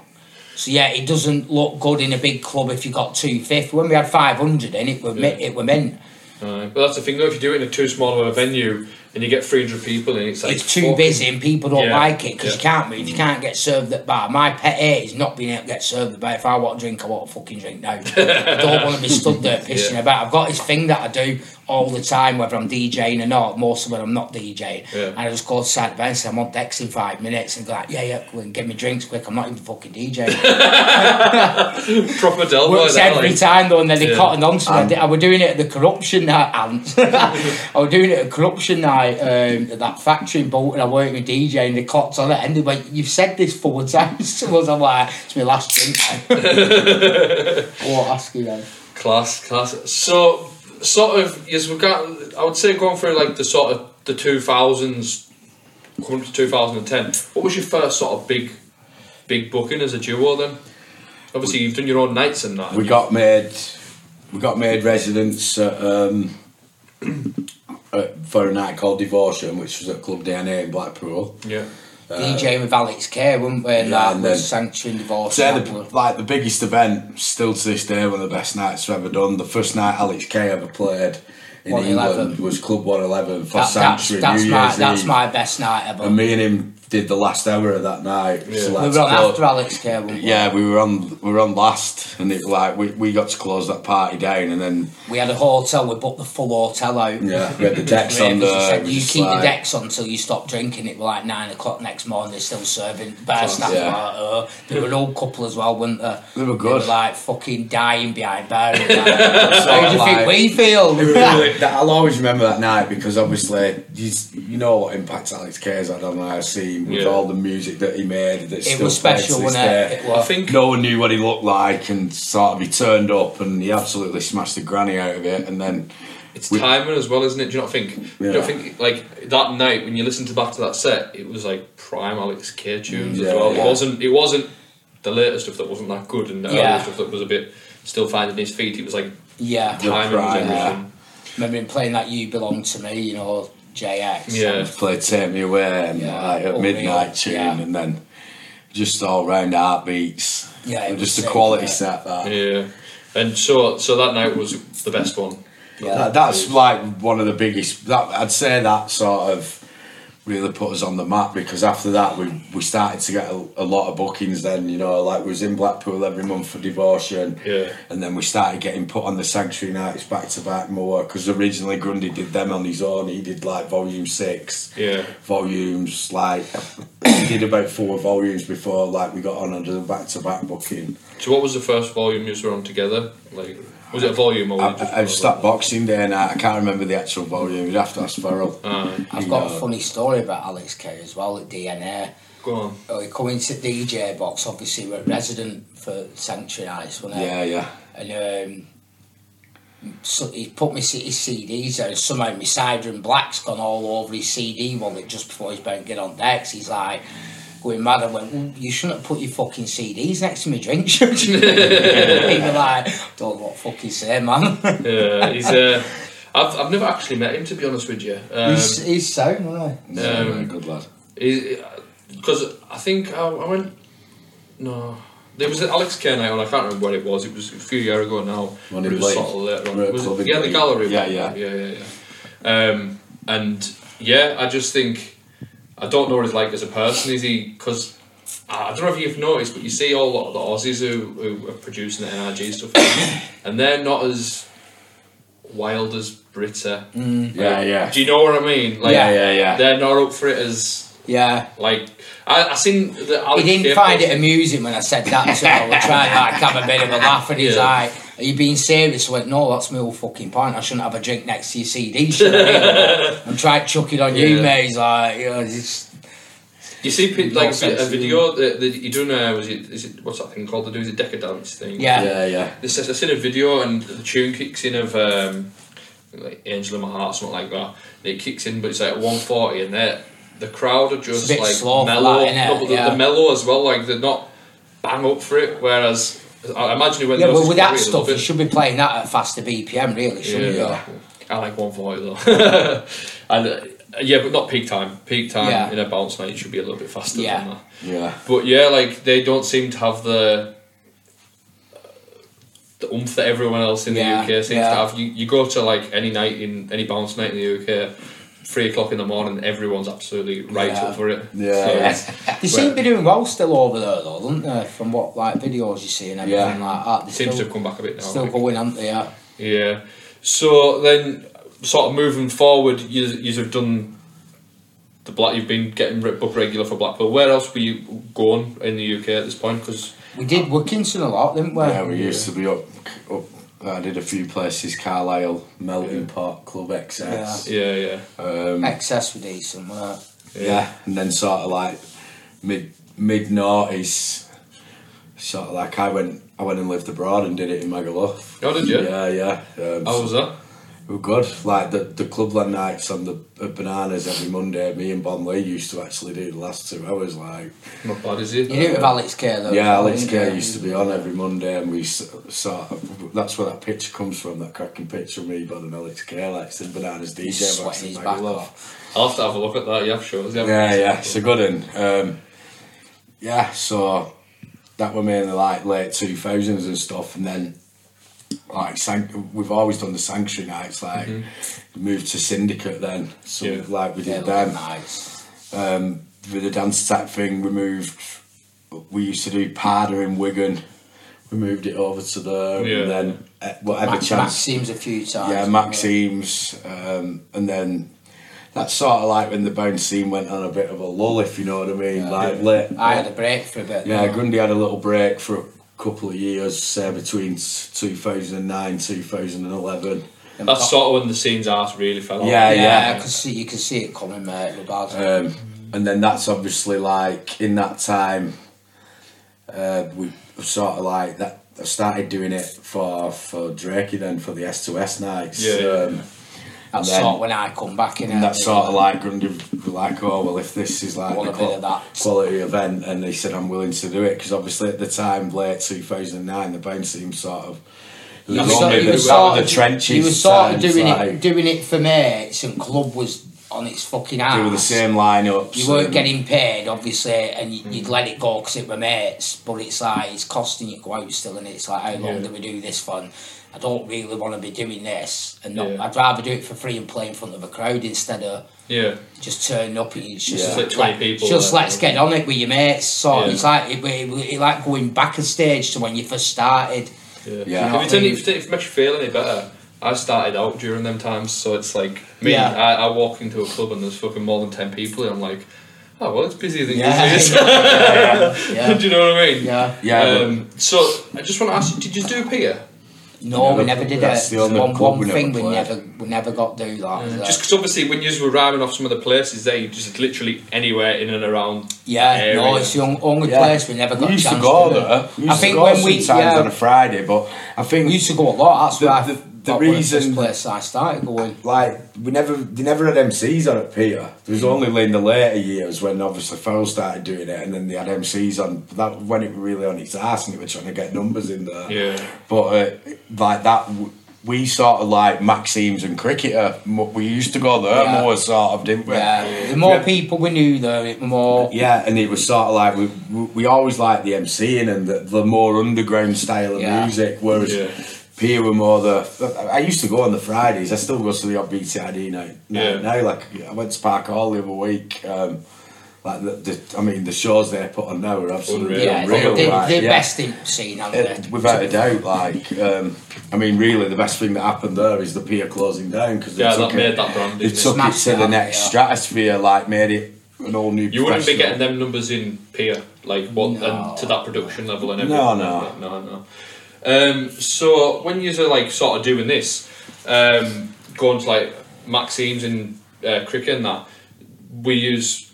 so yeah, it doesn't look good in a big club if you got 250. When we had 500 in, it were, mi-
Yeah.
it were mint.
Aye. but that's the thing though. If you do it in a too small of a venue and you get three hundred people and it's like
it's too
fucking-
busy and people don't
Yeah,
like it because
yeah.
you can't move, you can't get served at bar. My pet hate is not being able to get served at bar. If I want a drink, I want a fucking drink
[laughs]
now. I don't want to be stood there pissing
Yeah.
about. I've got this thing that I do all the time, whether I'm DJing or not, most of when I'm not DJing.
Yeah.
And I just go outside the bar and say, I'm on decks in five minutes and go like, yeah, yeah, go and get me drinks quick. I'm not even fucking DJing.
proper Delboy.
Works
that,
every
like.
time though, and then they
Yeah.
cotton on to me. I
Um,
did- I was doing it at the corruption night,
[laughs]
Ant. I was doing it at corruption night um, at that factory in Bolton. I worked with DJ, and they cotton on it. And they went, "You've said this four [laughs] times to us." I'm like, "It's my last drink." I
[laughs]
won't ask you then.
Class, class. So, sort of, yes, we've got, I would say going through like the sort of the 2000s, coming to 2010, what was your first sort of big, big booking as a duo then? Obviously, you've done your own nights and that.
we got made we got made residents at, um, [clears throat] at, for a night called Devotion, which was at Club DNA in Blackpool.
Yeah.
DJing with Alex Kerr, weren't we? And
Uh, yeah,
that
and
was
then-
Sanctuary and Divorce.
So
that
the,
was-
like the biggest event, still to this day, one of the best nights I've ever done. The first night Alex K ever played in
111.
England was Club One Eleven for
that- that's,
Sanctuary
that's
New
my
Year's
that's
Eve.
my best night ever.
and me and him did the last hour of that night.
Yeah.
So
we
that's
were on
close-
after Alex Kerr, weren't we?
Yeah, we were on we were on last, and it like we, we got to close that party down, and then
We had a hotel. We booked the full hotel out.
yeah, we
[laughs]
had the decks on
Because they
there. it
said,
was
you
just
keep the
like-
decks on until you stop drinking. It was like nine o'clock next morning. They're still serving bar staff.
yeah.
Like, oh. They were an old couple as well, weren't they?
They were good.
like fucking dying behind
[laughs]
bar. Like, How do you
like-
think we feel?
It was really- [laughs] that, I'll always remember that night because obviously you, you know what impact Alex Kerr's had on our scene scene with
Yeah.
all the music that he made. That's
It
still
was
played to
special,
this
wasn't it?
day.
It was.
I think-
no one knew what he looked like, and sort of he turned up and he absolutely smashed the granny out of it. And then
It's
We-
timing as well, isn't it? Do you not think? Do you
Yeah.
not think like that night when you listened to back to that set, it was like prime Alex K tunes
Yeah,
as well.
yeah.
It wasn't. It wasn't the later stuff that wasn't that good, and the
Yeah.
earlier stuff that was a bit still finding his feet. It was like
Yeah.
timing was
prime,
everything.
yeah.
Remember him playing that You Belong to Me, you know, JX.
Yeah.
Just played Take Me Away and
Yeah.
like at
Unreal.
midnight tune
Yeah.
and then just all round heartbeats.
Yeah, it
and
was
just a
sick,
quality
yeah.
set that.
Yeah, and so so that night was the best one.
Yeah.
That- that's like one of the biggest that I'd say that sort of really put us on the map because after that we, we started to get a, a lot of bookings then, you know, like we was in Blackpool every month for devotion.
Yeah.
And then we started getting put on the sanctuary nights back to back more because originally Grundy did them on his own. He did like volume six.
Yeah.
volumes like [coughs] we did about four volumes before like we got on under the back to back booking.
So what was the first volume you were on together? Like was it a volume or?
I,
was it just
I, I just that boxing day night. I can't remember the actual volume. You'd have to ask Farrell.
Aye.
I've
You
got
know.
a funny story about Alex K as well at DNA.
Go on.
Oh, he come into DJ box, obviously we're resident for Sanctuary Nights, wasn't it?
Yeah,
Um,
yeah.
and um, so he put me his CDs there, and somehow my cider and black's gone all over his CD wallet just before he's about to get on decks. He's like going mad. I went, well, you shouldn't have put your fucking CDs next to my drink, should you? [laughs] he was like, don't know what fucking say, man. [laughs]
Yeah, he's. Uh, I've, I've never actually met him to be honest with you. Um,
he's, he's sound, wasn't he?
No,
Um,
no, good lad.
because uh, I think I, I went. No, there was an Alex K night, and I can't remember where it was. It was a few years ago now.
When
but
he
it was
played.
sort of later on.
Right,
Was it-
club in
yeah, the
the-
gallery.
yeah,
one.
yeah.
yeah, yeah, yeah. Um, and yeah, I just think I don't know what he's like as a person. Is he? Because I I don't know if you've noticed, but you see all lot of the Aussies who, who are producing the NRG stuff, [coughs] and they're not as wild as Brits are.
Mm. Yeah, yeah.
Do you know what I mean? Like,
Yeah, yeah, yeah.
They're not up for it as
Yeah.
like I, I seen the
He
Alex
didn't
Kidd
find
post-
it amusing when I said that to him. I was trying like have a bit of a laugh, and he's
Yeah.
like, "Are you being serious?" I went, "No, that's my whole fucking point. I shouldn't have a drink next to your CD." shouldn't
[laughs]
I?" and try to chuck it on you,
Yeah.
mate. He's like, "Yeah, just
You see, pe-
No
like a
offense,
a video that, that you do now was it, is it what's that thing called? They do the decadence thing.
yeah,
Yeah, yeah.
This I seen a video and the tune kicks in of um, like Angel in My Heart, something like that. And it kicks in, but it's like at one forty, and they the crowd are just
It's a bit
like
slow for
mellow.
that, innit?
No, but the,
Yeah.
the mellow as well. Like they're not bang up for it. Whereas I I imagine when
yeah."
those
Well, with that
is
stuff,
probably a
you
little
should be playing that at a faster BPM, really,
bit-
shouldn't you?
yeah. I like one forty though, [laughs] and uh, yeah, but not peak time. Peak time
Yeah.
in a bounce night should be a little bit faster
Yeah.
than that.
Yeah.
But yeah, like they don't seem to have the the oomph that everyone else in
Yeah,
the UK seems
yeah.
to have. You, you go to like any night in any bounce night in the UK, three o'clock in the morning, everyone's absolutely right
Yeah.
up for it.
Yeah.
So,
Yeah.
They seem to be doing well still over there, though, don't they? From what like videos you see and everything
Yeah.
like that, they
it seems to
still,
have come back a bit now.
still
like.
going, aren't they? Yeah.
Yeah. So then, sort of moving forward, you you've done the black. You've been getting re- booked regular for Blackpool. Where else were you going in the UK at this point? Because
We did Wilkinson a lot, didn't we?
Yeah, we used to be up. up I did a few places: Carlisle, Melting Pot, Club XS.
yeah, yeah,
Um,
Excess were decent, weren't it?
Yeah, and then sort of like mid mid noughties, sort of like I went I went and lived abroad and did it in Magaluf.
Oh, did you? Oh,
Yeah, yeah. Um,
how was that?
we were good. Like the the clubland nights on the at bananas every Monday. Me and Bon Lee used to actually do the last two hours. Like
Not bad, is it?
You did it with Alex Kerr, though.
uh, yeah, Alex
didn't you?
Gay used to be on every Monday, and we s- sort of that's where that picture comes from. That cracking picture of me, Bon and Alex Gay, like the bananas DJ box
sweating
in
his back
Magaluf.
off.
I'll have to have a look at that. Yeah, sure.
Yeah, yeah, it's a good one. Um, yeah, so that were mainly like late two thousands and stuff, and then like sanct- we've always done the sanctuary nights. Like moved to syndicate then, so
Mm-hmm. Yeah.
like we
Yeah,
did
they're
them
nice.
um, with the dance tech thing. We moved. We used to do Parder in Wigan. We moved it over to there,
Yeah.
and then uh, whatever
Max, Max
chance
seems a few times.
yeah, Maxime's, um, and then that's sort of like when the bounce scene went on a bit of a lull, if you know what I mean. like, lit-
I had a break for a bit.
yeah,
though.
Grundy had a little break for a couple of years, say between s- 2009, 2011.
That's sort of when the scenes are really fell off.
Yeah,
Yeah,
yeah.
I could see you could see it coming, mate. With Baz.
Um, and then that's obviously like in that time uh, we sort of like that I started doing it for for Drakey then for the S2S nights
Yeah, yeah,
um,
yeah.
That's
then-
sort of when I come back in.
and that's sort of like Grundy was like oh well if this is like
Want
the
a bit of that.
quality event and they said I'm willing to do it because obviously at the time late 2009 the bounce team sort of it
You
was
was
only
sort- you
the-
was
sort of
sort
the
of-
trenches
You were sort of
times,
doing
like,
it, doing it for mates, and club was on its fucking ass.
they were the same lineups
You weren't
and-
getting paid, obviously, and you, you'd let it go because it were mates. But it's like it's costing you quite still, and it's like, how long
Yeah.
do we do this for? And I don't really want to be doing this, and not,
Yeah.
I'd rather do it for free and play in front of a crowd instead of
Yeah.
just turning up and it's just,
Just like 20 people
Just
there.
let's get on it with your mates. So
Yeah.
it's like it, it, it like going back a stage to when you first started.
Yeah.
Yeah.
If, it didn't, if, it, if it makes you feel any better, I started out during them times, so it's like me.
Yeah.
I, I walk into a club and there's fucking more than ten people, and I'm like, oh well, it's busier than
Yeah.
usual.
[laughs] Yeah.
[laughs] Do you know what I mean?
Yeah.
Yeah,
Um, so I just want to ask you: Did you do Peter?
No, we
Yeah,
never did
that's
it.
the only
One,
club
one
we never
thing we
played.
never we never got to do that. is it?
Just because obviously when you were rhyming off some of the places there, you just literally anywhere in and around.
yeah,
area.
no, it's the on- only
Yeah.
place we never got
we used
a
to
chance
go
to do.
there. We used
I think
to go
when we
sometimes
yeah,
on a Friday, but I think
we used to go a lot. That's
The-
why
the-
the,
the
first
reason-
place I started going.
like we never they never had MCs on at Peter. There was only in the later years when obviously Farrell started doing it, and then they had MCs on. That when it was really on its ass, and they were trying to get numbers in there.
Yeah.
but uh, like that. w- We sort of like Maximes and Cricketer. mo- We used to go there
Yeah.
more, sort of, didn't we?
Yeah, the more
Yeah.
people we knew, though, it more.
Yeah, and it was sort of like we we we always liked the MCing and the, the more underground style of
Yeah.
music, whereas
Yeah.
Peer were more the. I- I used to go on the Fridays. I still go to the odd BTID now. now,
Yeah.
now like I went to Park Hall the other week. Um, like the, the, I mean, the shows they put on now are absolutely
Unreal.
Yeah,
unreal.
they're, they're,
like,
they're
yeah.
best in scene, aren't
Uh,
they?
without a doubt, like um, I mean, really, the best thing that happened there is the pier closing down because
Yeah,
took
that made
it,
that brand,
They
didn't it?
took it
Smashed
to
it
the
up,
next
yeah.
stratosphere, like made it an all new.
You wouldn't be
professional.
getting them numbers in Peter, like what
No.
and to that production level and everything.
No,
like that. no, no. Um, so when you're like sort of doing this, um, going to like Maximes and uh, cricket and that, we use.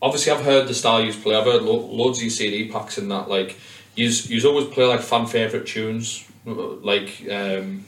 Obviously, I've heard the style you play. I've heard lo- loads of your CD packs and that. Like, you you always play like fan favorite tunes, like. Um,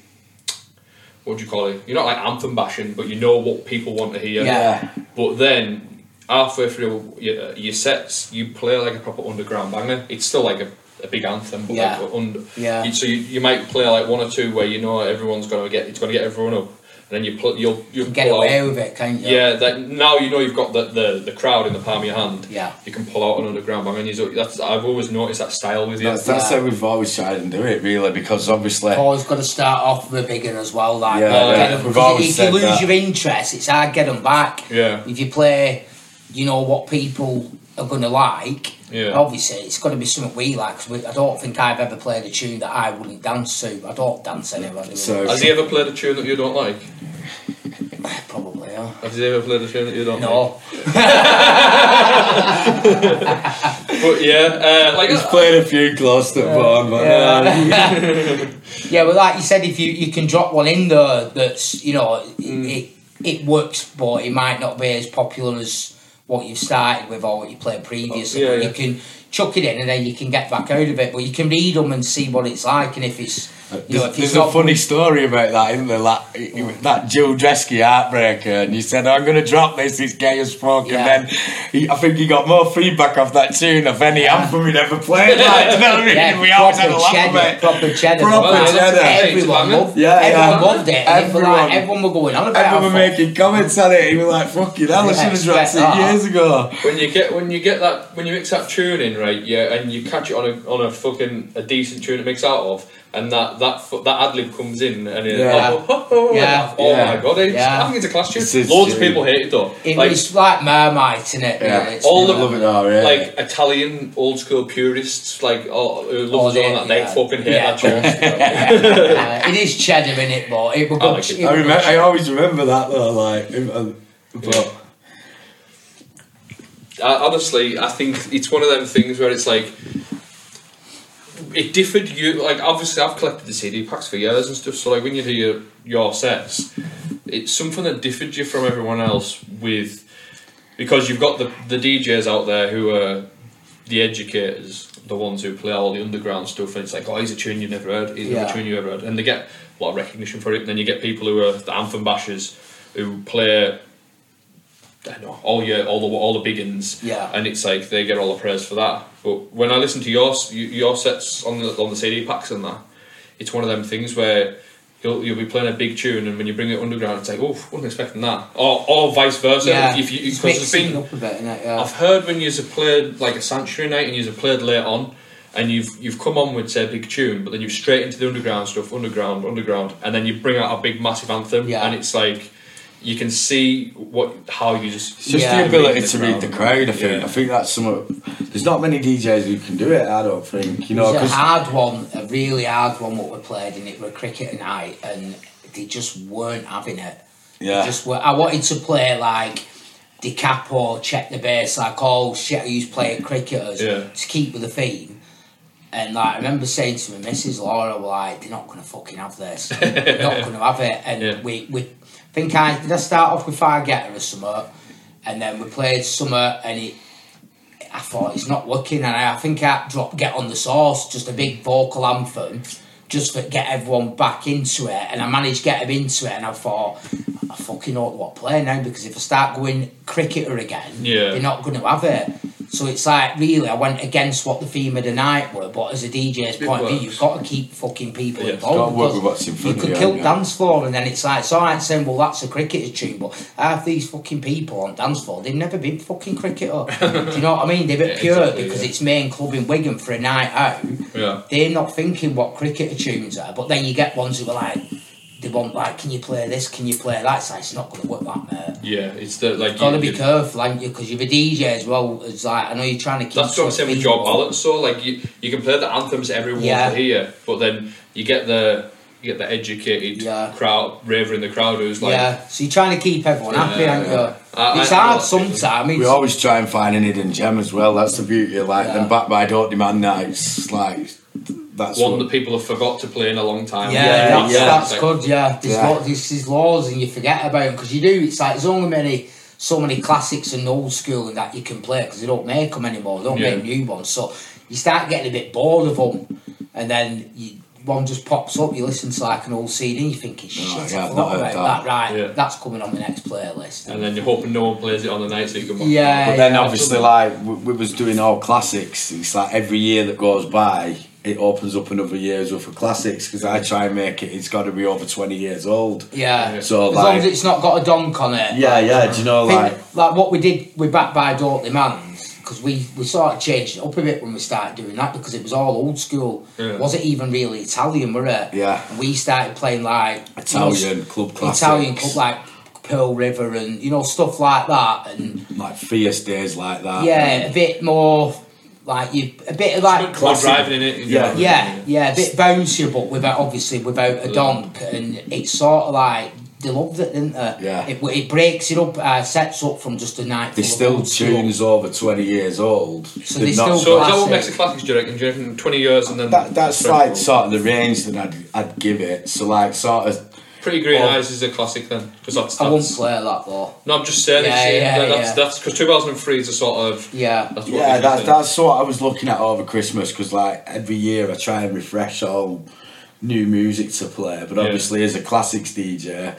what do you call it? You're not like anthem bashing, but you know what people want to hear.
Yeah.
But then halfway through your, your sets, you play like a proper underground banger. It's still like a, a big anthem, but
Yeah.
like under.
Yeah.
you- So you, you might play like one or two where you know everyone's gonna get it's gonna get everyone up, and then you pl- you'll you'll
Get
pull
away
out.
with it, can't you?
Yeah, that now you know you've got the, the, the crowd in the palm of your hand.
Yeah.
you can pull out an underground banger. And you, that's I've always noticed that style with you.
That's, that's
Yeah.
how we've always tried and do it, really, because obviously,
Always got to start off with a big one as well. Like,
Yeah,
don't
yeah.
get 'em,
We've
'cause
always
if
said
you lose
that.
your interest, it's hard to get them back.
Yeah.
If you play, you know what people are going to like.
Yeah.
Obviously, it's got to be something we like. 'cause we- I don't think I've ever played a tune that I wouldn't dance to. I don't dance anyway. do
so
I?
Has he ever played a tune that you don't like?
probably. Yeah.
Has he ever played a tune that you don't like?
No.
But yeah, uh, like
he's played a few close to one, but
[laughs]
uh,
Yeah, but like you said, if you, you can drop one in there that's you know it,
Mm.
it it works, but it might not be as popular as what you've started with or what you played previously.
Oh,
Yeah,
But
yeah.
You can chuck it in and then you can get back out of it, but you can read them and see what it's like, and if it's you know
Uh, there's,
if it's
there's a
not
funny story about that, isn't there? Like, it- it- that Jill Dresky heartbreaker, and he said, I'm going to drop this, it's gay as fuck.
Yeah.
And then he, I think he got more feedback off that tune of any anthem he'd ever played. Like, you know what I
[laughs]
mean?
yeah,
[laughs] we always had a
proper
laugh
cheddar,
about it.
proper cheddar,
Proper
but
cheddar.
Everyone loved,
Yeah, yeah.
everyone loved it. And everyone,
Everyone.
like, everyone were going on about.
Everyone
it.
were making comments on it, he was like, fucking hell, I
Yeah, Oh.
should have dropped
expect
it
that.
years ago.
When you get when you get that when you mix that tune in right, yeah, and you catch it on a on a fucking a decent tune it mix out of, and that that fu- that ad lib comes in and it's
Yeah.
like, oh, oh, oh,
Yeah.
oh
Yeah.
my god, it's,
Yeah.
I think it's a class tune.
It's a
Loads of
tune.
people hate it though.
It
like,
was like Marmite, innit?
Yeah.
really. It's
All
been
the-
like-
Love it now, yeah.
like Italian old school purists, like oh, who love
Oh,
us all
they-
that they
yeah.
fucking hate
Yeah.
that
[laughs]
tune.
[laughs]
Uh, it is cheddar in it, but it will
I
go.
like it.
it
Oh, I
will go-
remember. I always remember that though. Like, um, um, but
I, honestly, I think it's one of them things where it's like it differed. You like obviously I've collected the CD packs for years and stuff. So like when you do your your sets, it's something that differed you from everyone else with because you've got the the DJs out there who are the educators, the ones who play all the underground stuff, and it's like, oh, he's a tune you've never heard, he's
Yeah.
a tune you ever heard, and they get a lot of recognition for it. And then you get people who are the anthem bashers who play. I don't know all your all the all the biggins,
Yeah.
and it's like they get all the praise for that. But when I listen to your s- y- your sets on the on the CD packs and that, it's one of them things where you'll, you'll be playing a big tune and when you bring it underground it's like oh wasn't expecting that or, or vice versa
yeah.
if you
Just
because it's
mixing it
been
up a bit, innit? Yeah.
I've heard when you've played like a sanctuary night and you've played late on and you've you've come on with say a big tune but then you've straight into the underground stuff underground underground and then you bring out a big massive anthem
Yeah.
and it's like you can see what how you just
It's just
Yeah.
the ability to read the crowd. I
Yeah.
think. I think that's some. Of, there's not many DJs who can do it. I don't think. You know,
it was a
'cause-
hard one, a really hard one. What we played in it were cricket night, and they just weren't having it. They
Yeah.
just were. I wanted to play like Decapo, check the bass, like all shit I used to play at cricketers
Yeah.
to keep with the theme. And like I remember saying to my Mrs. Laura, like, they're not gonna fucking
[laughs]
have this. they're not gonna have it. And
Yeah.
we we think I did I start off with Fire Getter or summer, and then we played summer and it I thought it's not working, and I, I think I dropped "Get on the Sauce," just a big vocal anthem, just to get everyone back into it. And I managed to get them into it, and I thought, I fucking ought what play now because if I start going cricketer again,
Yeah.
they're not going to have it. So it's like really, I went against what the theme of the night were. But as a DJ's
It
point of
works.
view, you've got to keep fucking people
Yeah, it's
involved.
gotta work
because
with what's in front
you
of
could
you,
kill
ain't ya?
dance floor, and then it's like it's all right saying, "Well, that's a cricketer tune," but half these fucking people on dance floor, they've never been fucking
[laughs]
cricketer. Do you know what I mean? They've
Yeah,
been pure
exactly,
because
yeah.
it's main club in Wigan for a night out.
Yeah.
They're not thinking what cricketer tunes are, but then you get ones who are like, they want like, "Can you play this? Can you play that?" It's like it's not going to work like that.
yeah it's the like
Gotta
you-
be
you-
careful, haven't you? Because you're a DJ as well. It's like I know you're trying to keep.
That's what I'm
some
saying with your
people-
balance. So like you, you can play the anthems everyone
Yeah.
can hear, but then you get the you get the educated
Yeah.
crowd raver in the crowd who's like,
yeah, so you're trying to keep everyone happy,
Yeah,
aren't
yeah.
you?
I- I-
it's
I
hard
like people.
sometimes. I mean,
we always try and find an hidden gem as well. That's the beauty of like
Yeah.
them back by Don't Demand Nights. Like that's
one that
what,
people have forgot to play in a long time.
Yeah, that's,
It's
that's
like-
good. Yeah, there's
Yeah.
lot, there's, there's laws, and you forget about them because you do. It's like there's only many, so many classics and old school and that you can play because they don't make them anymore. They don't
Yeah.
make new ones, so you start getting a bit bored of them, and then you, one just pops up. You listen to like an old CD, and you're thinking, shit,
yeah,
I
I've
forgot
not
about
heard
that.
that.
Right,
Yeah.
that's coming on the next playlist.
And then you're hoping no one plays it on the night so you can watch
Yeah.
it.
But then
yeah,
obviously, like we, we was doing all classics. It's like every year that goes by, it opens up another year's worth of classics. Because I try and make it, it's got to be over twenty years old.
Yeah,
So,
as
like-
long as it's not got a donk on it.
Yeah, yeah. Do you know
think,
like?
like what we did with Back by Dorothy Mans because we, we sort of changed it up a bit when we started doing that because it was all old school.
Yeah.
wasn't even really Italian, were it?
Yeah.
And we started playing like you know,
Italian club classics.
Italian club like Pearl River and you know stuff like that, and
like fierce days like that.
yeah, a bit more like you, a bit of like
Like driving in it. you
Yeah.
know.
yeah, yeah, a bit bouncy, but without obviously without a donk, and it's sort of like they loved it, didn't they?
Yeah.
It, it breaks it up, uh, sets up from just a night.
They
full of
still
old school.
tunes over twenty years old.
So
They're
they
So
still
not-
is that what
Classic.
makes the classics, do you reckon? Do you reckon 20 years and then...
that, that's like sort of the range that I'd, I'd give it. So like sort of
Pretty Green
Oh.
Eyes is a classic then. Because that's...
I won't
that's
play that though.
no, I'm just saying
Yeah,
it's...
yeah,
that- that's,
yeah.
That's... Because 2003 is a sort of...
Yeah.
That's what
yeah,
we
that's
think.
that's what I was looking at over Christmas because like every year I try and refresh all new music to play, but
Yeah.
obviously as a classics DJ,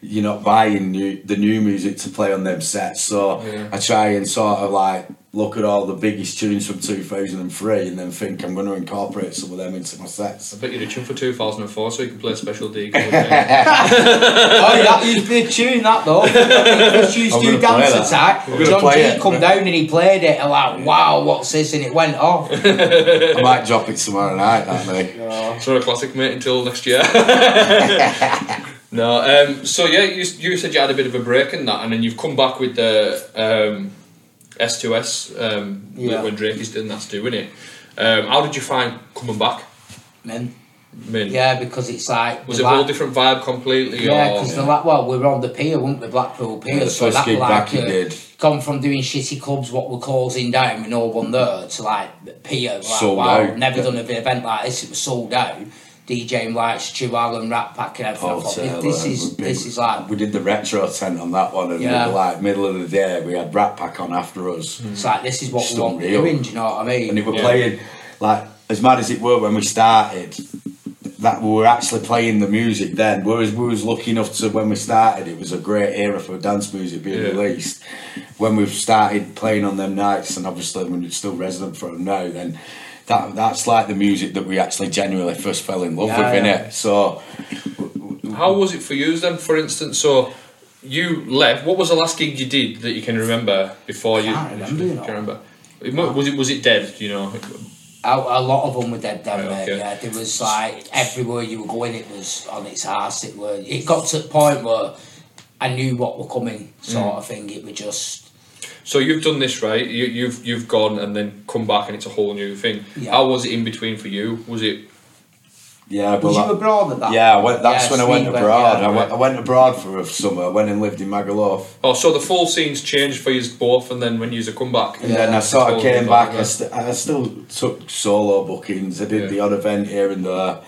you're not buying new the new music to play on them sets. So
Yeah.
I try and sort of like look at all the biggest tunes from 2003 and then think I'm going to incorporate some of them into my
I [laughs]
sets.
bet you'd have tuned for 2004 so you can play Special
[laughs]
D. couldn't you?
oh, that used to be a tune that
[laughs]
though. Because you used
I'm
to do
gonna play
dance
that.
attack.
I'm gonna
John G
play it.
come down and he played it. I'm like, wow, what's this? And it went
[laughs]
off.
I might drop it tomorrow night, that mate.
It's not a classic, mate, until next
[laughs]
year. no, um, so yeah, you, you said you had a bit of a break in that, and then you've come back with the um, S2S um,
Yeah.
when Drake is doing that's doing it. Um, how did you find coming back?
Man.
I mean,
Yeah, because it's like
Was
the
it a whole
like-
different vibe completely?
Yeah,
or-
because the la- well, we were on the pier, weren't we? Blackpool Pier.
Yeah, the
so
first
that
gig
like,
back you
uh,
did.
Gone from doing shitty clubs, what we're closing down with no one there, to like the pier. Like,
Sold
wow,
out.
Never done an event like this. It was sold out. DJing like Stu Allen, Rat Pack, and everything. I thought,
Hotel,
this,
uh,
is
we'd be-
this is like
we did the retro tent on that one, and
Yeah.
we were like middle of the day. We had Rat Pack on after us,
Hmm.
it's like this is what
Just
we want
unreal.
doing. Do you know what I mean?
and they were
Yeah.
playing like as mad as it were when we started. That we were actually playing the music then. Whereas we was lucky enough to when we started, it was a great era for dance music being
Yeah.
released. When we started playing on them nights, and obviously when it's still resident for them now, then that that's like the music that we actually genuinely first fell in love
Yeah,
with,
yeah.
innit? So
How was it for you then? For instance, so you left. What was the last gig you did that you can remember before you?
can't remember, you know.
Can't remember. It mu- was it was it dead? Do You know.
A, a lot of them were dead down
Right,
there.
okay.
Yeah, there was like everywhere you were going, it was on its arse. It were. It got to the point where I knew what were coming, sort
Mm.
of thing. It was just
So you've done this right. You, you've you've gone and then come back and it's a whole new thing.
Yeah.
How was it in between for you? Was it
yeah, but
was
like-
you abroad at that?
Yeah, I went, that's
Yeah,
when I
so
went
you went-
abroad.
yeah.
I, went, I went abroad for a summer. I went and lived in Magaluf.
Oh, so the full scene's changed for you both, and then when you come back,
And then I
It's
sort of
all
came
different,
back.
yeah.
I, st- I still took solo bookings. I did
Yeah.
the odd event here and there.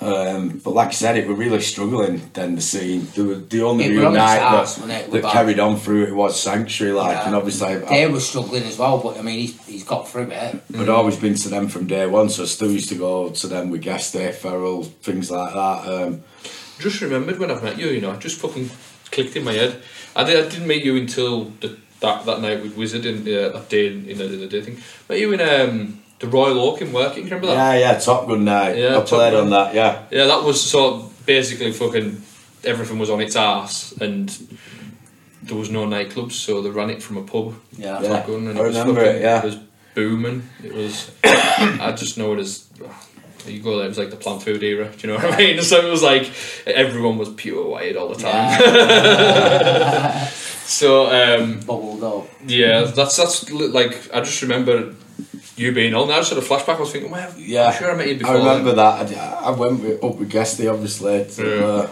Um, but like I said, it were really struggling then the scene. The, the only
It were
real
on its
night
arse,
that,
wasn't it,
that
with
carried on through it was Sanctuary, like,
Yeah.
and obviously I-
They were struggling as well, but I mean, he's, he's got through it.
I'd always been to them from day one, so I still used to go to them with guest day, Ferrell, things like that. Um,
Just remembered when I've met you, you know, it just fucking clicked in my head. I, did, I didn't meet you until the, that that night with Wizard and uh, that day in, in, the, in the day thing. Met you in um, the Royal Oak in Working. Remember that?
yeah, yeah, Top Gun night.
Yeah,
I
Top
played
Gun.
on that, yeah.
Yeah. that was so basically fucking everything was on its ass and. There was no nightclubs, so they ran it from a pub.
Yeah.
Top
Yeah,
Gun, and
I
it was
remember
fucking-
it, yeah.
it was booming. It was. [coughs] I just know it as. You go there, it was like the plant food era. Do you know what I mean? [laughs] So it was like everyone was pure wired all the time.
Yeah,
So um,
bubbled up.
yeah, that's that's li- like I just remember you being on. there. I just had a flashback. I was thinking, well,
Yeah,
I'm sure I met you before.
I remember that. I, I went with, up with Guesty, obviously. To,
Yeah.
uh,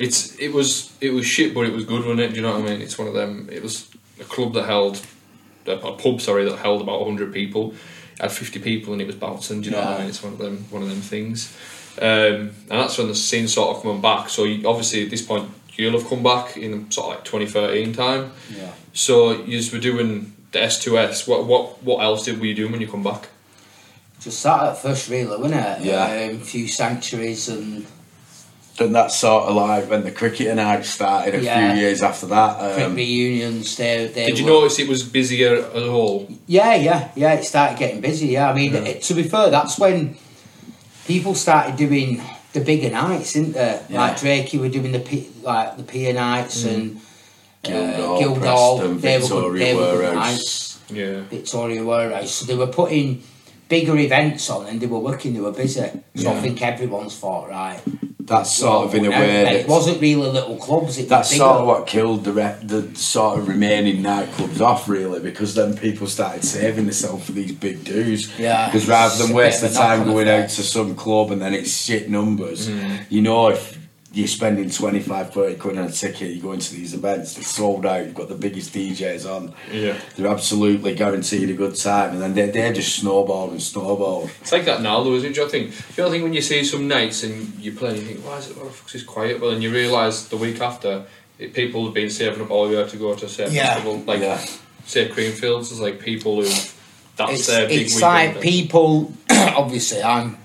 It's it was it was shit, but it was good, wasn't it? Do you know what I mean? It's one of them. It was a club that held a, a pub, sorry, that held about hundred people. It had fifty people, and it was bouncing. Do you know what I
Yeah.
mean? It's one of them one of them things. Um, and that's when the scene sort of coming back. So you, obviously at this point, you'll have come back in sort of like twenty thirteen time.
Yeah.
So you were doing the S2S. What what what else did were you doing when you come back?
Just that at first, really, wasn't it?
Yeah.
Um, few sanctuaries and
and that sort of like when the cricket and I started a
Yeah.
few years after that.
quick
Um,
reunions. They, they
Did you
were-
notice it was busier as a whole?
Yeah, yeah, yeah. It started getting busy. Yeah, I mean, it, to be fair, that's when people started doing the bigger nights, didn't they?
Yeah. Mm.
Like Drake, you were doing the P, like the pier nights and
Guildhall,
uh, Guildhall.
Preston,
they were good,
Victoria
they were good
Warehouse.
nights.
Yeah.
Victoria Warehouse. So they were putting bigger events on, and they were working. They were busy. So I think everyone's thought right.
that's sort of in a
now,
way.
and it
that-
wasn't really little clubs. It
that's
was bigger.
sort of what killed the re- the sort of remaining nightclubs off, really, because then people started saving themselves for these big dues.
Yeah.
Because rather
It's
than
a
waste the
bit of a
time
knock-on
going out
effect. Hmm.
to some club and then it's shit numbers, you know, if you're spending 25, 30 quid on a ticket, you're going to these events, they're sold out, you've got the biggest DJs on.
Yeah.
They're absolutely guaranteed a good time, and then they they just snowball and snowball.
It's like that now, though, isn't it? Do you know what I think? You know, I think when you see some nights and you play and you think, why is it, why the fuck's this quiet? Well, then you realise the week after, it, people have been saving up all year to go to a certain
Yeah.
festival. Like,
Yeah.
say, Creamfields is like people who, that's
it's,
their big
it's
weekend.
like people [clears throat] obviously i'm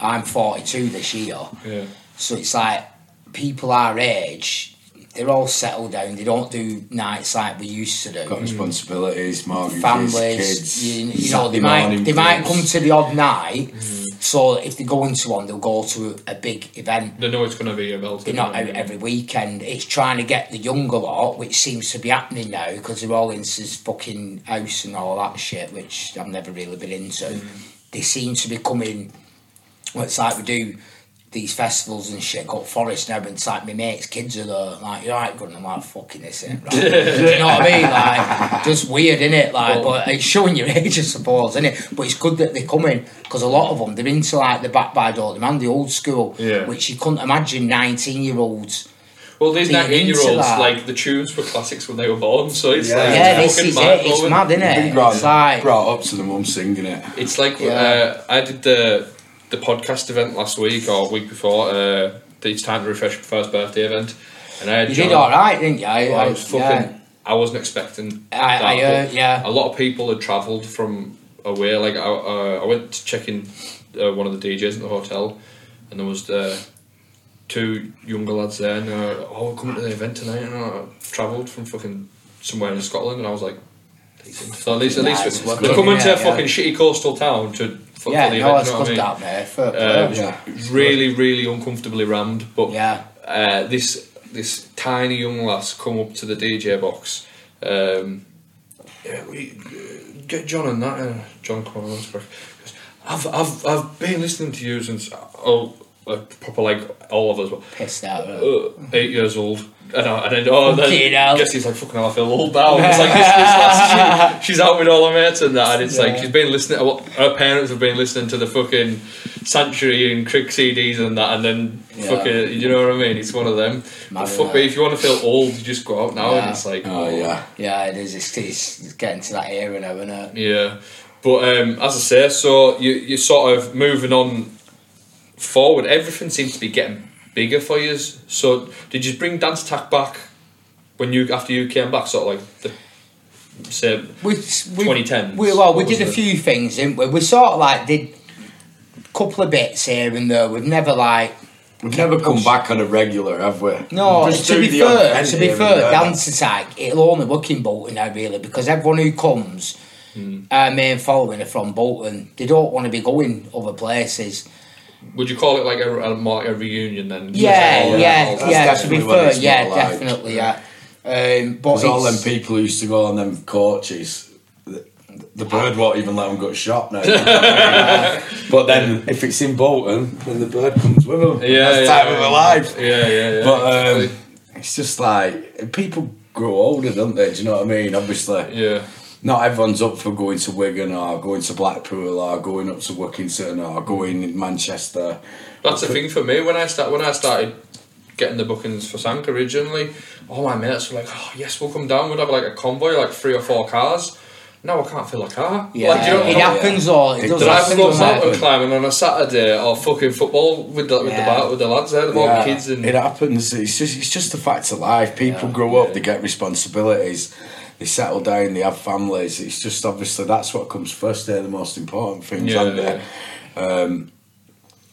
i'm 42 this year
Yeah.
so it's like people our age they're all settled down they don't do nights like we used to do
Got responsibilities, mortgages,
Hmm. families
kids.
you, you know they
Saturday
might
morning
they might
gigs.
come to the odd night
Mm.
so if they go into one they'll go to a big event
They know it's going to be a melting.
they're not
don't
out
they?
every weekend. It's trying to get the younger lot, which seems to be happening now because they're all into this fucking house and all that shit, which I've never really been into. They seem to be coming. Well, it's like we do these festivals and shit, got Forest and everything. It's like my mates' kids are there, like you're right, good. I'm like fucking this ain't
[laughs]
right. you know what I mean? Like just weird, innit? Like, but it's showing your [laughs] age, I suppose, innit? But it's good that they're coming because a lot of them they're into like the back by door, the man, the old school,
Yeah.
which you couldn't imagine 19 year olds.
Well, these
being
19 year
into
olds,
that.
like, the tunes were classics when they were born, so it's
Yeah.
like.
Yeah,
it's
this
fucking
is it. It's
mind-blowing.
mad, innit?
Being brought,
It's like
brought up to the mum singing it.
It's like
Yeah.
uh, I did the the podcast event last week or week before. Uh, the it's time to refresh first birthday event, and I had
You
John-
did all right, didn't you? I,
Well, I was fucking.
yeah.
I wasn't expecting.
I- I,
that,
uh,
but
yeah.
A lot of people had travelled from away. Like I, uh, I went to check in uh, one of the DJs at the hotel, and there was uh, two younger lads there, and they were, oh, we're coming to the event tonight, and I travelled from fucking somewhere in Scotland, and I was like. decent. So at least, at
Nah,
least
it's
we-
worth
they're
it,
coming to
yeah,
a fucking shitty coastal town to fuck
Yeah,
for the
no,
event.
it's
you know what I
good
mean?
down there. Fair
Uh,
play.
it
Yeah.
was really, really uncomfortably rammed. But
Yeah.
uh, this this tiny young lass come up to the DJ box. Um, yeah, we uh, get John and that. Uh, John come on, let's break. He goes, I've I've I've been listening to you since oh like, proper like all of us. were,
Pissed out. uh,
Uh, eight years old. And I, and then, oh, then
Fucking hell.
guess he's like fucking hell. I feel old now. It's like this, this
[laughs]
lass, she, she's out with all her mates and that, and it's like
Yeah.
she's been listening. To, what- her parents have been listening to the fucking Sanctuary and Crick CDs and that, and then
Yeah.
fucking, you know what I mean? It's one of them. But
Mad,
fuck
innit?
me, if you want to feel old, you just go out now, and
Yeah.
it's like,
Oh yeah.
Yeah, it is. It's, it's getting to that era now, isn't it?
Yeah, but um, as I say, so you you sort of moving on forward. Everything seems to be getting bigger for you. So did you bring dance tack back when you after you came back? Sort of like the say
we, we,
2010s,
We, well, we
what was
did a
it?
few things, didn't we? We sort of like did a couple of bits here and there. We've never like
We've never come back on a regular, have we?
no.
We just
To
do
be
the odd
fair,
event
to be
here
fair,
and there.
dance attack it'll only work in Bolton now really because everyone who comes,
Hmm.
our main following are from Bolton. They don't want to be going other places.
would you call it like a, a more like a reunion then?
Yeah,
All-
yeah,
all-
yeah.
that's
to be
definitely what
fair,
it's
yeah,
not like.
definitely, yeah. Um, but
Because all
it's-
them people who used to go on them coaches, the, the bird won't even let them go to
[laughs]
shop now. but then, if it's in Bolton, then the bird comes with them.
Yeah,
That's
yeah,
time of
yeah.
their life.
Yeah, yeah, yeah.
But um,
exactly.
it's just like people grow older, don't they? Do you know what I mean? Obviously,
yeah,
not everyone's up for going to Wigan or going to Blackpool or going up to Wilkington or going in Manchester.
that's the
But-
thing for me when I start when I started. Getting the bookings for Sank originally, all my mates were like, "Oh yes, we'll come down." We'd have like a convoy, like three or four cars. Now I can't fill a car.
yeah,
like, you don't-
it
don't-
happens all. It
It
does
does.
Drive
happen.
and
Single
go
doesn't it?
mountain climbing on a Saturday or fucking football with the, with the
Yeah.
bar, with the lads there, the more
Yeah,
kids and
it happens. It's just it's just a fact of life. People grow up, they get responsibilities, they settle down, they have families. It's just obviously that's what comes first. They're the most important things,
Yeah,
aren't they? Um,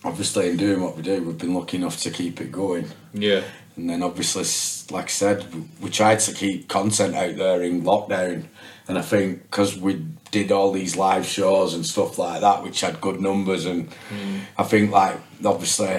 obviously, in doing what we do, we've been lucky enough to keep it going.
yeah,
And then obviously, s- like I said, we- we tried to keep content out there in lockdown. And I think because we did all these live shows and stuff like that, which had good numbers, and
Hmm.
I think like obviously,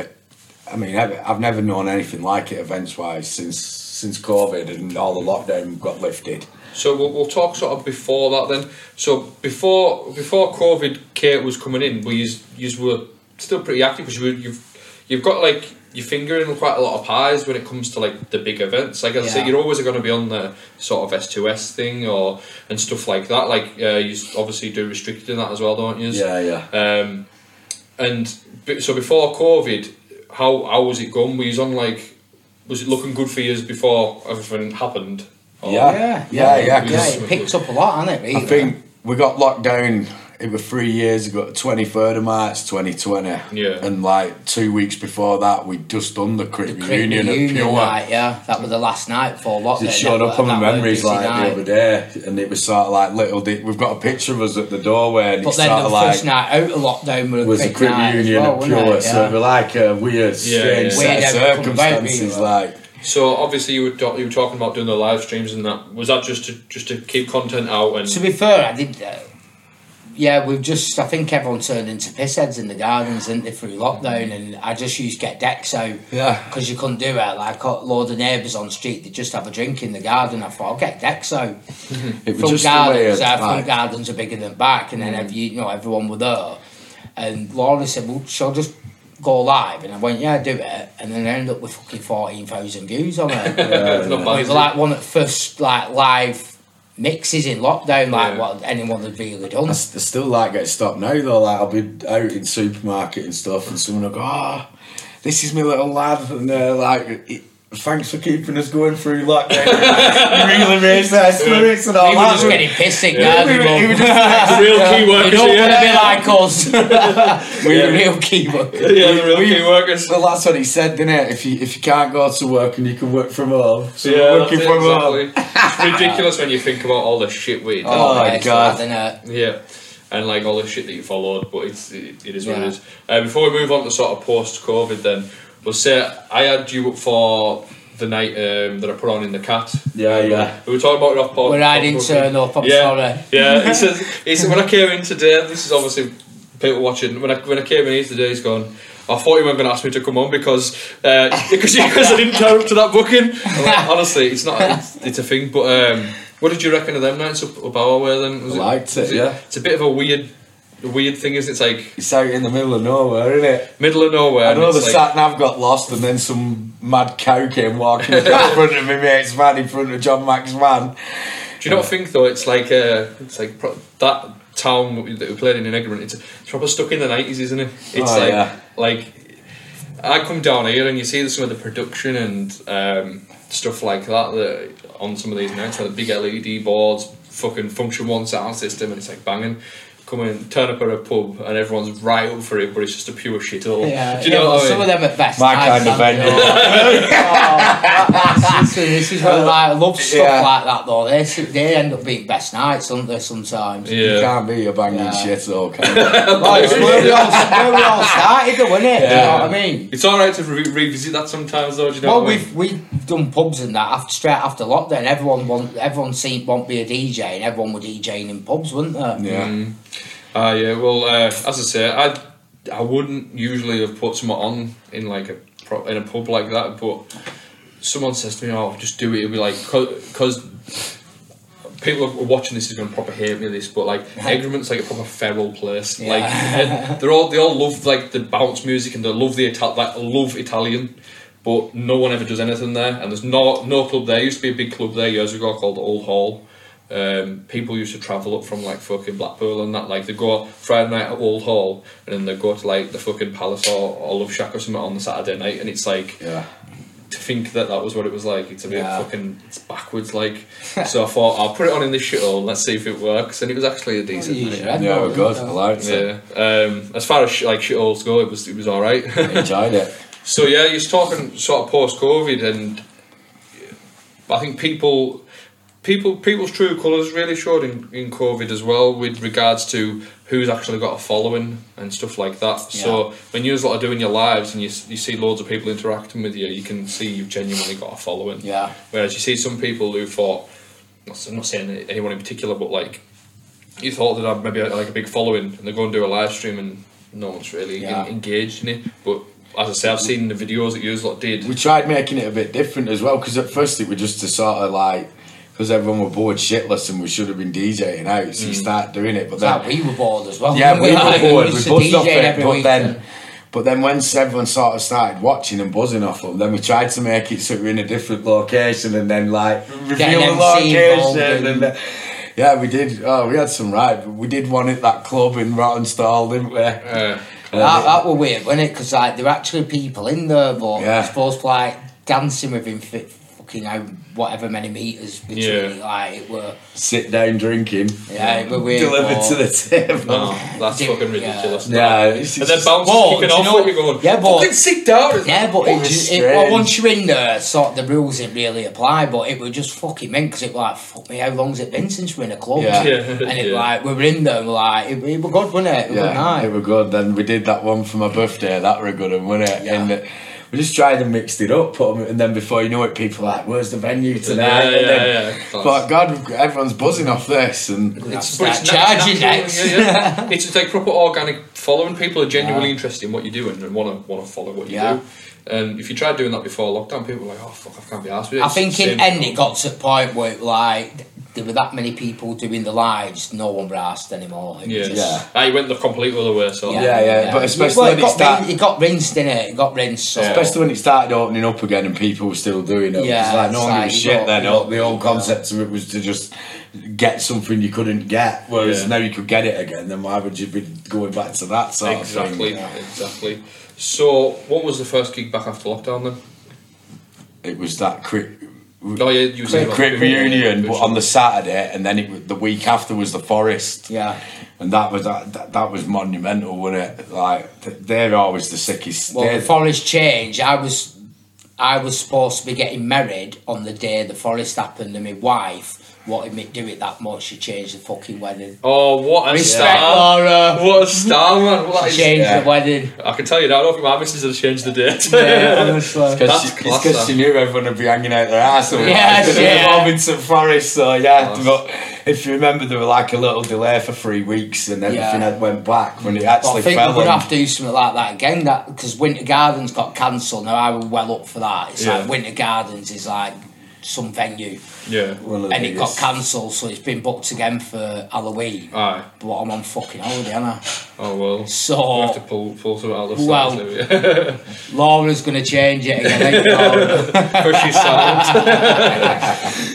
I mean, I've I've never known anything like it events wise since since COVID and all the lockdown got lifted.
So we'll, we'll talk sort of before that then. So before before COVID, Kate was coming in, but you you were still pretty active because you were, you've you've got like your finger in quite a lot of pies when it comes to like the big events. Like as I say,
Yeah.
you're always going to be on the sort of S2S thing or and stuff like that. Like uh, you obviously do restricted in that as well, don't you?
Yeah, yeah.
Um, and b- so before COVID, how how was it going? Were you on like was it looking good for years before everything happened? Or-
Yeah,
yeah, yeah.
yeah,
'cause
it picked up a lot, hasn't it? Really?
I think we got locked down. It was three years ago, twenty third of March, twenty twenty.
Yeah.
And like two weeks before that, we'd just done the Crit
Cricket
reunion, at Pure.
night, yeah, that was the last night for lockdown.
It showed
that
up on
were-
my
that were a
memories
busy
like
night.
the other day, and it was sort of like little. Di- we've got a picture of us at the doorway, and
But
it's
then
sort
the
of like
first night out of lockdown were a
was a
cricket
crib
night as
reunion
well,
at
wasn't
Pure,
it?
so
Yeah.
we're like a weird,
Yeah,
strange
yeah.
Weird
set
how it
of
come about,
circumstances.
really.
Like,
So obviously you were talk, you were talking about doing the live streams and that was that just to just to keep content out and
To be fair, I did. Uh, yeah, we've just. I think everyone turned into pissheads in the gardens, didn't they, through lockdown? And I just used get decks out.
Yeah.
Because you couldn't do it. Like, I caught a load of neighbours on the street, they just have a drink in the garden. I thought, I'll get decks out.
it was
front
just a
gardens,
weird.
our front
Like,
gardens are bigger than back, and
Mm.
then every, you know everyone were there. And Laura said, "Well, shall I just go live?" And I went, "Yeah, do it." And then I ended up with fucking fourteen thousand views on
[laughs]
it.
It's not bad,
We
is
were
it?
like one of the first like live mixes in lockdown, like
Yeah.
what anyone had really done.
I s- I still like getting stopped now though. Like I'll be out in supermarket and stuff, and someone will go, "Ah, this is my little lad," and they're like, it, Thanks for keeping us going
[laughs]
through lockdown. you really raised our spirits and all
We were
that.
just getting pissed at
[laughs] Yeah, we were- we were just- [laughs]
real key
They
workers
don't
here.
want to be like [laughs] us. We're real key workers.
Yeah, the real key workers.
Well, that's what he said, didn't it? If you if you can't go to work and you can work from home, so
Yeah,
we're
that's
working
it,
from home.
exactly. it's ridiculous when you think about all the shit we did.
Oh, my God.
uh,
Yeah, and like all the shit that you followed, but it's it, it is what
Yeah.
it is. Uh, before we move on to sort of post COVID, then we'll say I had you up for the night um, that I put on in the cat.
Yeah, yeah.
We were talking about it off pod.
When I
off-
didn't
off-
turn up, I'm
yeah,
sorry.
Yeah, he says he said when I came in today. This is obviously people watching. When I when I came in here today, he's gone. I thought you weren't going to ask me to come on because uh, [laughs] because you guys I didn't turn up to that booking. I'm like, honestly, it's not it's, it's a thing. But um, what did you reckon of them nights up, up our way then? Was
I liked
was
it, yeah.
It's a bit of a weird a weird thing, isn't it? It's like
It's out in the middle of nowhere, isn't it?
middle of nowhere.
I
and
know
it's
the
like,
sat nav got lost, and then some mad cow came walking
[laughs]
in front of my mate's van, in front of John Mack's van.
Do you not think though? It's like uh, it's like pro- that town that we played in in Egremont. It's, it's proper stuck in the nineties, isn't it? It's
Oh,
like
yeah.
like I come down here and you see some of the production and um, stuff like that, that on some of these nights, like the big LED boards, fucking function one sound system, and it's like banging. Come in, turn up at a pub, and everyone's right up for it, but it's just a pure shit hole.
Yeah,
Do you know
yeah,
what I mean?
some of them at best.
My
I
kind of
can't
venue.
do it. Oh, [laughs] this, is- this is what I like. I love stuff
Uh, Yeah.
like that though. They, s- they end up being best nights, don't they? Sometimes.
You
Yeah.
can't be a banging
Yeah.
shit, though, can you?
Like, it's where, we all, where we
[laughs]
all started, though, isn't it? You know what I mean?
It's alright to re- revisit that sometimes, though. Do you know
Well,
what I mean?
we've we've done pubs and that after straight after lockdown. Everyone want everyone seemed want to be a DJ and everyone were DJing in pubs, weren't they?
Yeah.
Ah, yeah. Well, uh, as I say, I I wouldn't usually have put someone on in like a pro- in a pub like that, but someone says to me, "Oh, just do it." It'll be like because. People who are watching this is going to proper hate me this, but like Egremont's like a proper feral place. Like and they're all they all love like the bounce music and they love the Ital- like love Italian, but no one ever does anything there. And there's no no club there. Used to be a big club there years ago called Old Hall um, people used to travel up from like fucking Blackpool and that. Like they go Friday night at Old Hall and then they go to like the fucking Palace or, or Love Shack or something on the Saturday night, and it's like
Yeah.
to think that that was what it was like. It's a bit
Yeah.
fucking it's backwards. Like so, I thought I'll put it on in this shithole and let's see if it works. And it was actually a decent.
You
night.
should,
Yeah, we're
wouldn't
good.
they?
I liked it.
Yeah. Um, as far as sh- like shitholes go, it was it was all right.
Enjoyed it.
[laughs] So yeah, you're talking sort of post COVID, and I think people, people, people's true colours really showed in, in COVID as well, with regards to who's actually got a following and stuff like that. So when you lot are doing your lives and you s- you see loads of people interacting with you, you can see you've genuinely got a following.
Yeah.
Whereas you see some people who thought, I'm not saying anyone in particular, but like you thought they'd have maybe like a big following and they go and do a live stream and no one's really
Yeah.
en- engaged in it. But as I say, I've seen the videos that you lot did.
We tried making it a bit different as well because at first it was just to sort of like because everyone were bored shitless and we should have been DJing out, so you start doing it. But then
Like, Oh, [laughs] we were bored as well.
yeah, we
Like,
were bored. We
used
buzzed
to
off
DJ
it,
every
but
week
then.
and-
But then once everyone sort of started watching and buzzing off them, then we tried to make it so we're in a different location and then like reveal the
MC involved
location and
and-
then- yeah, we did. Oh, we had some right. We did one at that club in Rottenstall, didn't we?
Uh,
That, that were weird, wasn't it? Because like there were actually people in there, but
Yeah.
I suppose like dancing within fit, fucking how whatever many meters between,
Yeah.
it, like it were,
Sit down drinking.
yeah, it were weird.
Delivered
but- Oh.
to the table.
no, that's
Yeah.
fucking ridiculous.
Yeah, it's
And then
just-
bounce
Well,
kicking
do you
off
know-
and you're going,
Yeah, but-
fucking sit down. It's
[laughs] Yeah, but
It
it,
was
just, it, well,
strange.
once you're in there, sort of the rules didn't really apply, but it were just fucking meant because it were like, fuck me, how long's it been since we're in a club?
Yeah.
[laughs] Yeah.
[laughs] And it
Yeah.
like, we were in there, and we're like, it, it were good, wasn't it? It were
Yeah,
nice.
they were good. Then we did that one for my birthday. That were a good one, wasn't it?
Yeah.
And uh, we just tried and mixed it up, put 'em- and then before you know it, people are like, "Where's the venue
Yeah,
tonight?"
yeah,
and then,
yeah.
But God, everyone's buzzing off this, and
It's,
but it's nat-
charging
natural,
next.
yeah,
[laughs]
yeah. it's just like proper organic following. People are genuinely
Yeah.
interested in what you're doing and want to want to follow what you
Yeah.
do. And if you tried doing that before lockdown, people were like, "Oh fuck, I can't be asked with it."
I
It's
think in
same-
end it got to the point where it, like there were that many people doing the lives, no one were asked anymore. It
Yeah,
was just-
yeah. Ah, you went the complete other way. So
Yeah, yeah, but
Uh,
especially
well,
when
it
it
got
start-
rin- it got rinsed in it. It got rinsed. So.
especially when it started opening up again, and people were still doing it.
Yeah,
it's like no
it's
one
like
gave a
you
shit.
got-
then
you got-
the whole concept of it was to just get something you couldn't get, whereas
Yeah.
now you could get it again. Then why would you be going back to that sort of
exactly,
thing?
exactly. So, what was the first gig back after lockdown then?
it was that quick.
Oh, yeah, you said about
quick
the-
reunion, but on the Saturday, and then it was, the week after was the Forest.
Yeah.
and that was that, that, that was monumental, wasn't it? Like th- they're always the sickest.
Well,
they're-
the forest change. I was, I was supposed to be getting married on the day the forest happened, and my wife wanted me to do it that much. She changed the fucking wedding.
Oh, what a
Respect, Oh.
star!
Laura.
What a star, man!
[laughs]
What
She
is-
changed
yeah.
the
[laughs]
wedding.
I can tell you now. I don't think my missus has changed the date.
honestly.
That's
She- it's
class,
because
that.
she knew everyone would be hanging out their ass.
Yes, yeah.
Robinson Forest, so yeah.
Class.
But if you remember, there were like a little delay for three weeks, and
Yeah.
everything had went back when it
But I
actually
think we're
fell.
gonna
on-
have to do something like that again. That because Winter Gardens got cancelled. Now I was well up for that. It's
Yeah.
like Winter Gardens is like some venue,
[laughs] yeah.
One of the
and it got
biggest. [laughs]
cancelled, so it's been booked again for Halloween.
Aye.
But I'm on fucking holiday, am I?
Oh well.
So-
we have to pull pull some out of the
Well.
[laughs]
Laura's gonna change it again. ain't you, Laura? [laughs]
pushy sound.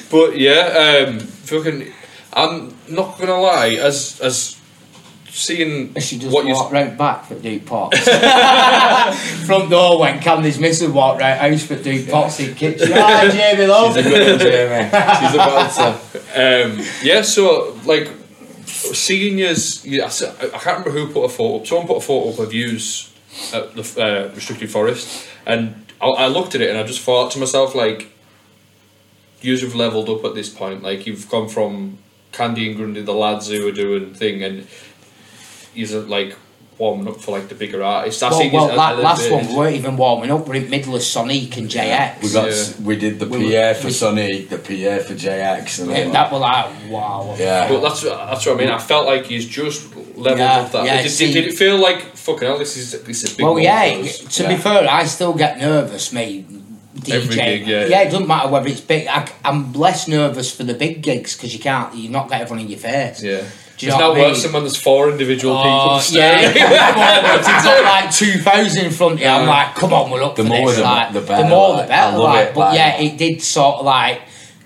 [laughs] but yeah, um, fucking. I'm not gonna lie. As as seeing
She just
what you
walked round back for Duke Potts. Front door when Candy's missing walked round house for Duke Potts in kitchen. Hi, Jamie
She's a
Love.
good one, Jamie. She's a bouncer.
um, yeah. So like seeing as yeah, I s- I can't remember who put a photo up. Someone put a photo up of yous at the uh, restricted forest, and I, I looked at it and I just thought to myself like, yous have leveled up at this point. Like you've gone from Candy and Grundy, the lads who are doing thing, and yous are like warming up for like the bigger artists. I
Well,
seen
well
yous at
that
the
last one
bit.
we weren't even warming up. We're in middle of Sonic and JX.
We got
Yeah.
s we did the PA
We were-
for Sonny, the PA for JX, and all
And
that.
that was like, wow.
yeah.
But that's that's what I mean. I felt like he's just leveled
Yeah,
up that.
yeah,
did,
see-
did, did it feel like fucking hell? This is this is a big.
Well,
moment
yeah.
for us?
To be
Yeah.
fair, I still get nervous, me. DJ.
Every gig, yeah.
it doesn't matter whether it's big. I, am less nervous for the big gigs because you can't, you've not got everyone in your face.
Yeah.
Do you
it's
know
not
what I mean?
worse than when there's four individual people
Oh,
staring.
yeah,
[laughs]
it's not like 2,000 in front of you. I'm like, come on, we're up
The
for
more
this.
the-
like,
the better,
more
like,
the
I
better.
love
Like,
it,
but
like-
yeah, it did sort of like,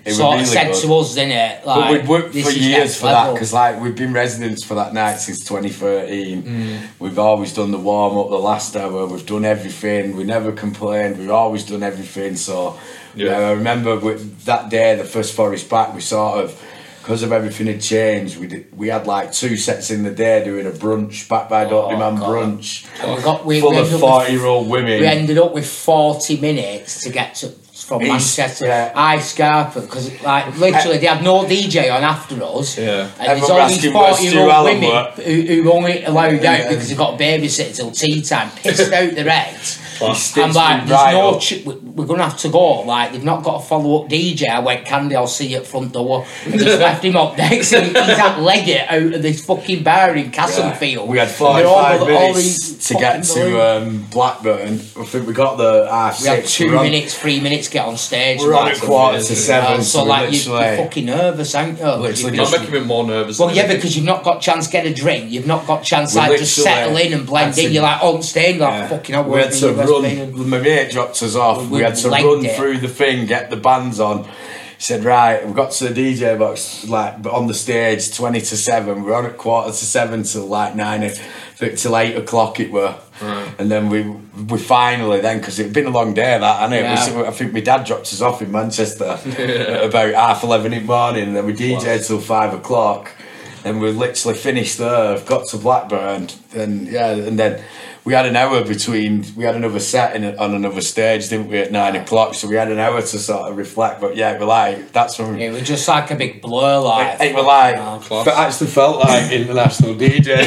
It
sort
was
of said
really good.
to us, didn't it? Like,
But we'd worked
this
for
is
years
next
for that
level.
because, like, we've been residents for that night since 2013.
Mm.
We've always done the warm up, the last hour. We've done everything. We never complained. We've always done everything. So, yeah,
Yeah.
I remember with that day, the first Forest back, we sort of, because of everything had changed, we did, we had like two sets in the day doing a brunch back by Doctor Man
Oh, God.
brunch,
And we got, we,
full
we
of
ended up with-
40 year old women.
we ended up with 40 minutes to get to from
East,
Manchester.
yeah.
I Scarpa because like literally they had no DJ on after us.
Yeah.
and there's
Everyone
all
asking
these
where
40
Stu
year old
Allen
women
were.
who, who only allowed
Yeah.
out because they got babysitter till tea time,
[laughs]
pissed out the heads.
He
I'm
stitched
like,
it
there's
right
no,
up.
ch- we- we're gonna have to go. Like, they've not got a follow up DJ. I went, Candy, I'll see you at front door. And
[laughs]
just left him up next. And he's at Leggett out of this fucking bar in Castlefield.
We had
And they're all-
45
all
minutes
these
to get
fucking
to um, Blackburn. I think we got the half
We had
six.
two
We're on-
minutes, three minutes, get on stage.
We're on at
like,
quarter to
uh,
seven,
so,
so, we
like, you- you're,
literally.
fucking nervous, aren't you? You've
Literally
been-
You're
just-
making me more nervous.
well,
than
yeah,
anything.
because you've not got chance to get a drink. You've not got chance
We
like just
literally-
settle in and blend
that's
in.
it.
You're like on stage, like
Yeah.
fucking. hell,
we
where
had
have
to
you guys been?
run. My mate dropped us off.
We
We had to
legged
run
it.
through the thing, get the bands on. He said, "Right, we got to the DJ box like on the stage, twenty to seven. We We're on at quarter to seven till like nine, o- till eight o'clock it were." And then we we finally then because it'd been a long day that and it was,
Yeah.
I think my dad dropped us off in Manchester at about half eleven in the morning. And then we DJed till five o'clock. And we literally finished there, got to Blackburn, and yeah, and then we had an hour between. We had another set in, on another stage, didn't we? At nine o'clock, so we had an hour to sort of reflect. But yeah, we're like, that's when we,
It was just like a big blur, like.
it, it were like,
class.
it actually felt like
[laughs]
international DJ.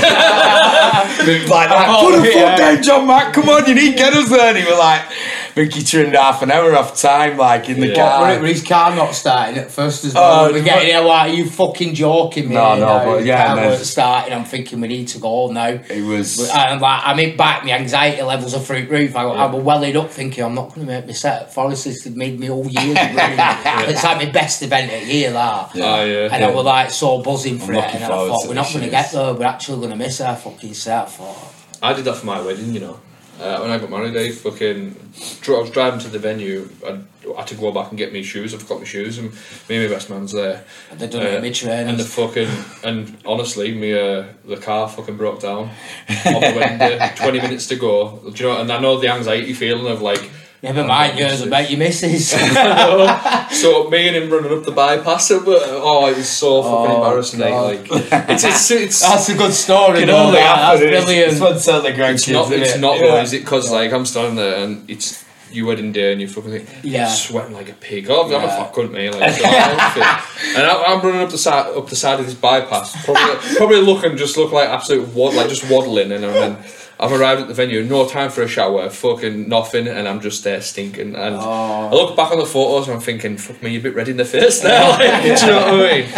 like,
I'm
like put a
here."
foot down, John Mack. Come on, you need to get us there. And he were like, I think he trimmed half an hour off time, like in the
Yeah.
Were
car.
it- were his car not starting at first as well?
Oh,
we're
but-
getting there like, are you fucking joking me?
No, no, but
his
yeah,
car
no.
weren't starting. I'm thinking we need to go now.
It was.
I'm uh, like, I'm in back, my anxiety levels are through the roof. I, I was welling up thinking, I'm not going to make my set. Forest has made me all year.
[laughs]
it's like my best event of the year, that.
Ah, yeah.
And I was like so buzzing for
I'm
it,
looking
and I
forward
thought
to
we're not
this
going to
year's.
get there. We're actually going to miss our fucking set. I thought,
I did that for my wedding, you know. Uh, when I got married, I fucking. dro- I was driving to the venue. I I had to go back and get me shoes. I've got my shoes, and me and my best man's there.
they done it in my trainers.
Uh, And the fucking and honestly, me uh, the car fucking broke down on the wedding day. Twenty minutes to go. Do you know? And I know the anxiety feeling of like.
Never mind yours, I bet your
[laughs]
missus.
So me and him running up the bypass, and we're- oh, it was so fucking embarrassing. mate, Like, it's it's it's,
That's a good story.
Can
though,
only
that.
happen if
That's
it's-
brilliant.
It's fun to tell the grandkids.
it's not
isn't
it's
it?
not
Yeah.
though, is it? Because like I'm standing there and it's you wedding day and you fucking think,
Yeah.
sweating like a pig. Oh, I'm a
Yeah.
fuck cunt, mate. Like, so I'm fit. and I'm, I'm running up the side up the side of this bypass, probably probably looking just look like absolute wad, like just waddling, and then. I've arrived at the venue, no time for a shower, fucking nothing, and I'm just there stinking. And I look back on the photos and I'm thinking, fuck me, you're a bit red in the face there. Like, [laughs] do you know what I mean?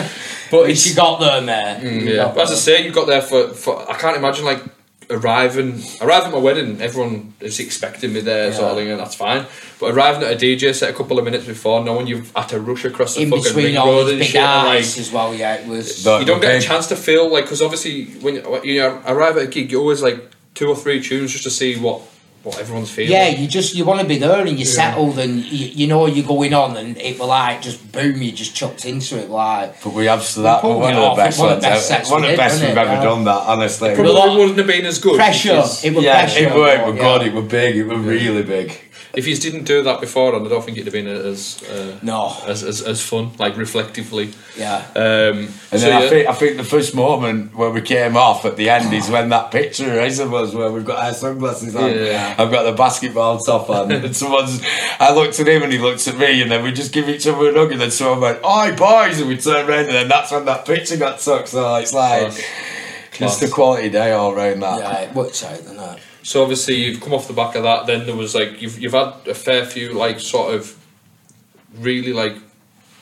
But it's,
She got there, mate.
Mm, yeah, but as I say, you got there for, for I can't imagine like arriving arriving at my wedding, everyone is expecting me there, sort of thing, and that's fine. But arriving at a DJ set a couple of minutes before, knowing you've had to rush across the
In
fucking
between
ring
all
road
these
and
big
shit, and, like,
eyes as well, yeah, it was.
The-
you don't get a
Okay.
chance to feel like because obviously when you, you know, arrive at a gig, you always like two or three tunes just to see what what everyone's feeling.
yeah, you just you want to be there and you're settled and you, you know you're going on and it will like just boom, you just chucked into it like.
But we have to that.
Pulled
One
it
of the
off,
best
one of
ones.
the best sets
ever- One of
we
the
did,
best
wasn't
we've
it?
ever
Yeah.
done. That honestly.
probably
Well, that-
wouldn't have been as good.
Pressure.
because
It was
Yeah,
pressure.
it worked. We're
yeah.
good. It were big. It were really big.
If you didn't do that before, I don't think it'd have been as uh,
No.
as, as as fun, like reflectively.
Yeah.
Um,
And
so
then
yeah.
I think I think the first moment where we came off at the end is when that picture is of us where we've got our sunglasses on.
Yeah.
I've got the basketball top
[laughs]
on, and someone's. I looked at him and he looks at me, and then we just give each other a hug, and then someone went, "Oi, boys!" and we turned around, and then that's when that picture got took. So it's like
Class.
just
Class.
a quality day all round. That
Yeah, it worked out than that.
So obviously you've come off the back of that. Then there was like you've you've had a fair few like sort of really like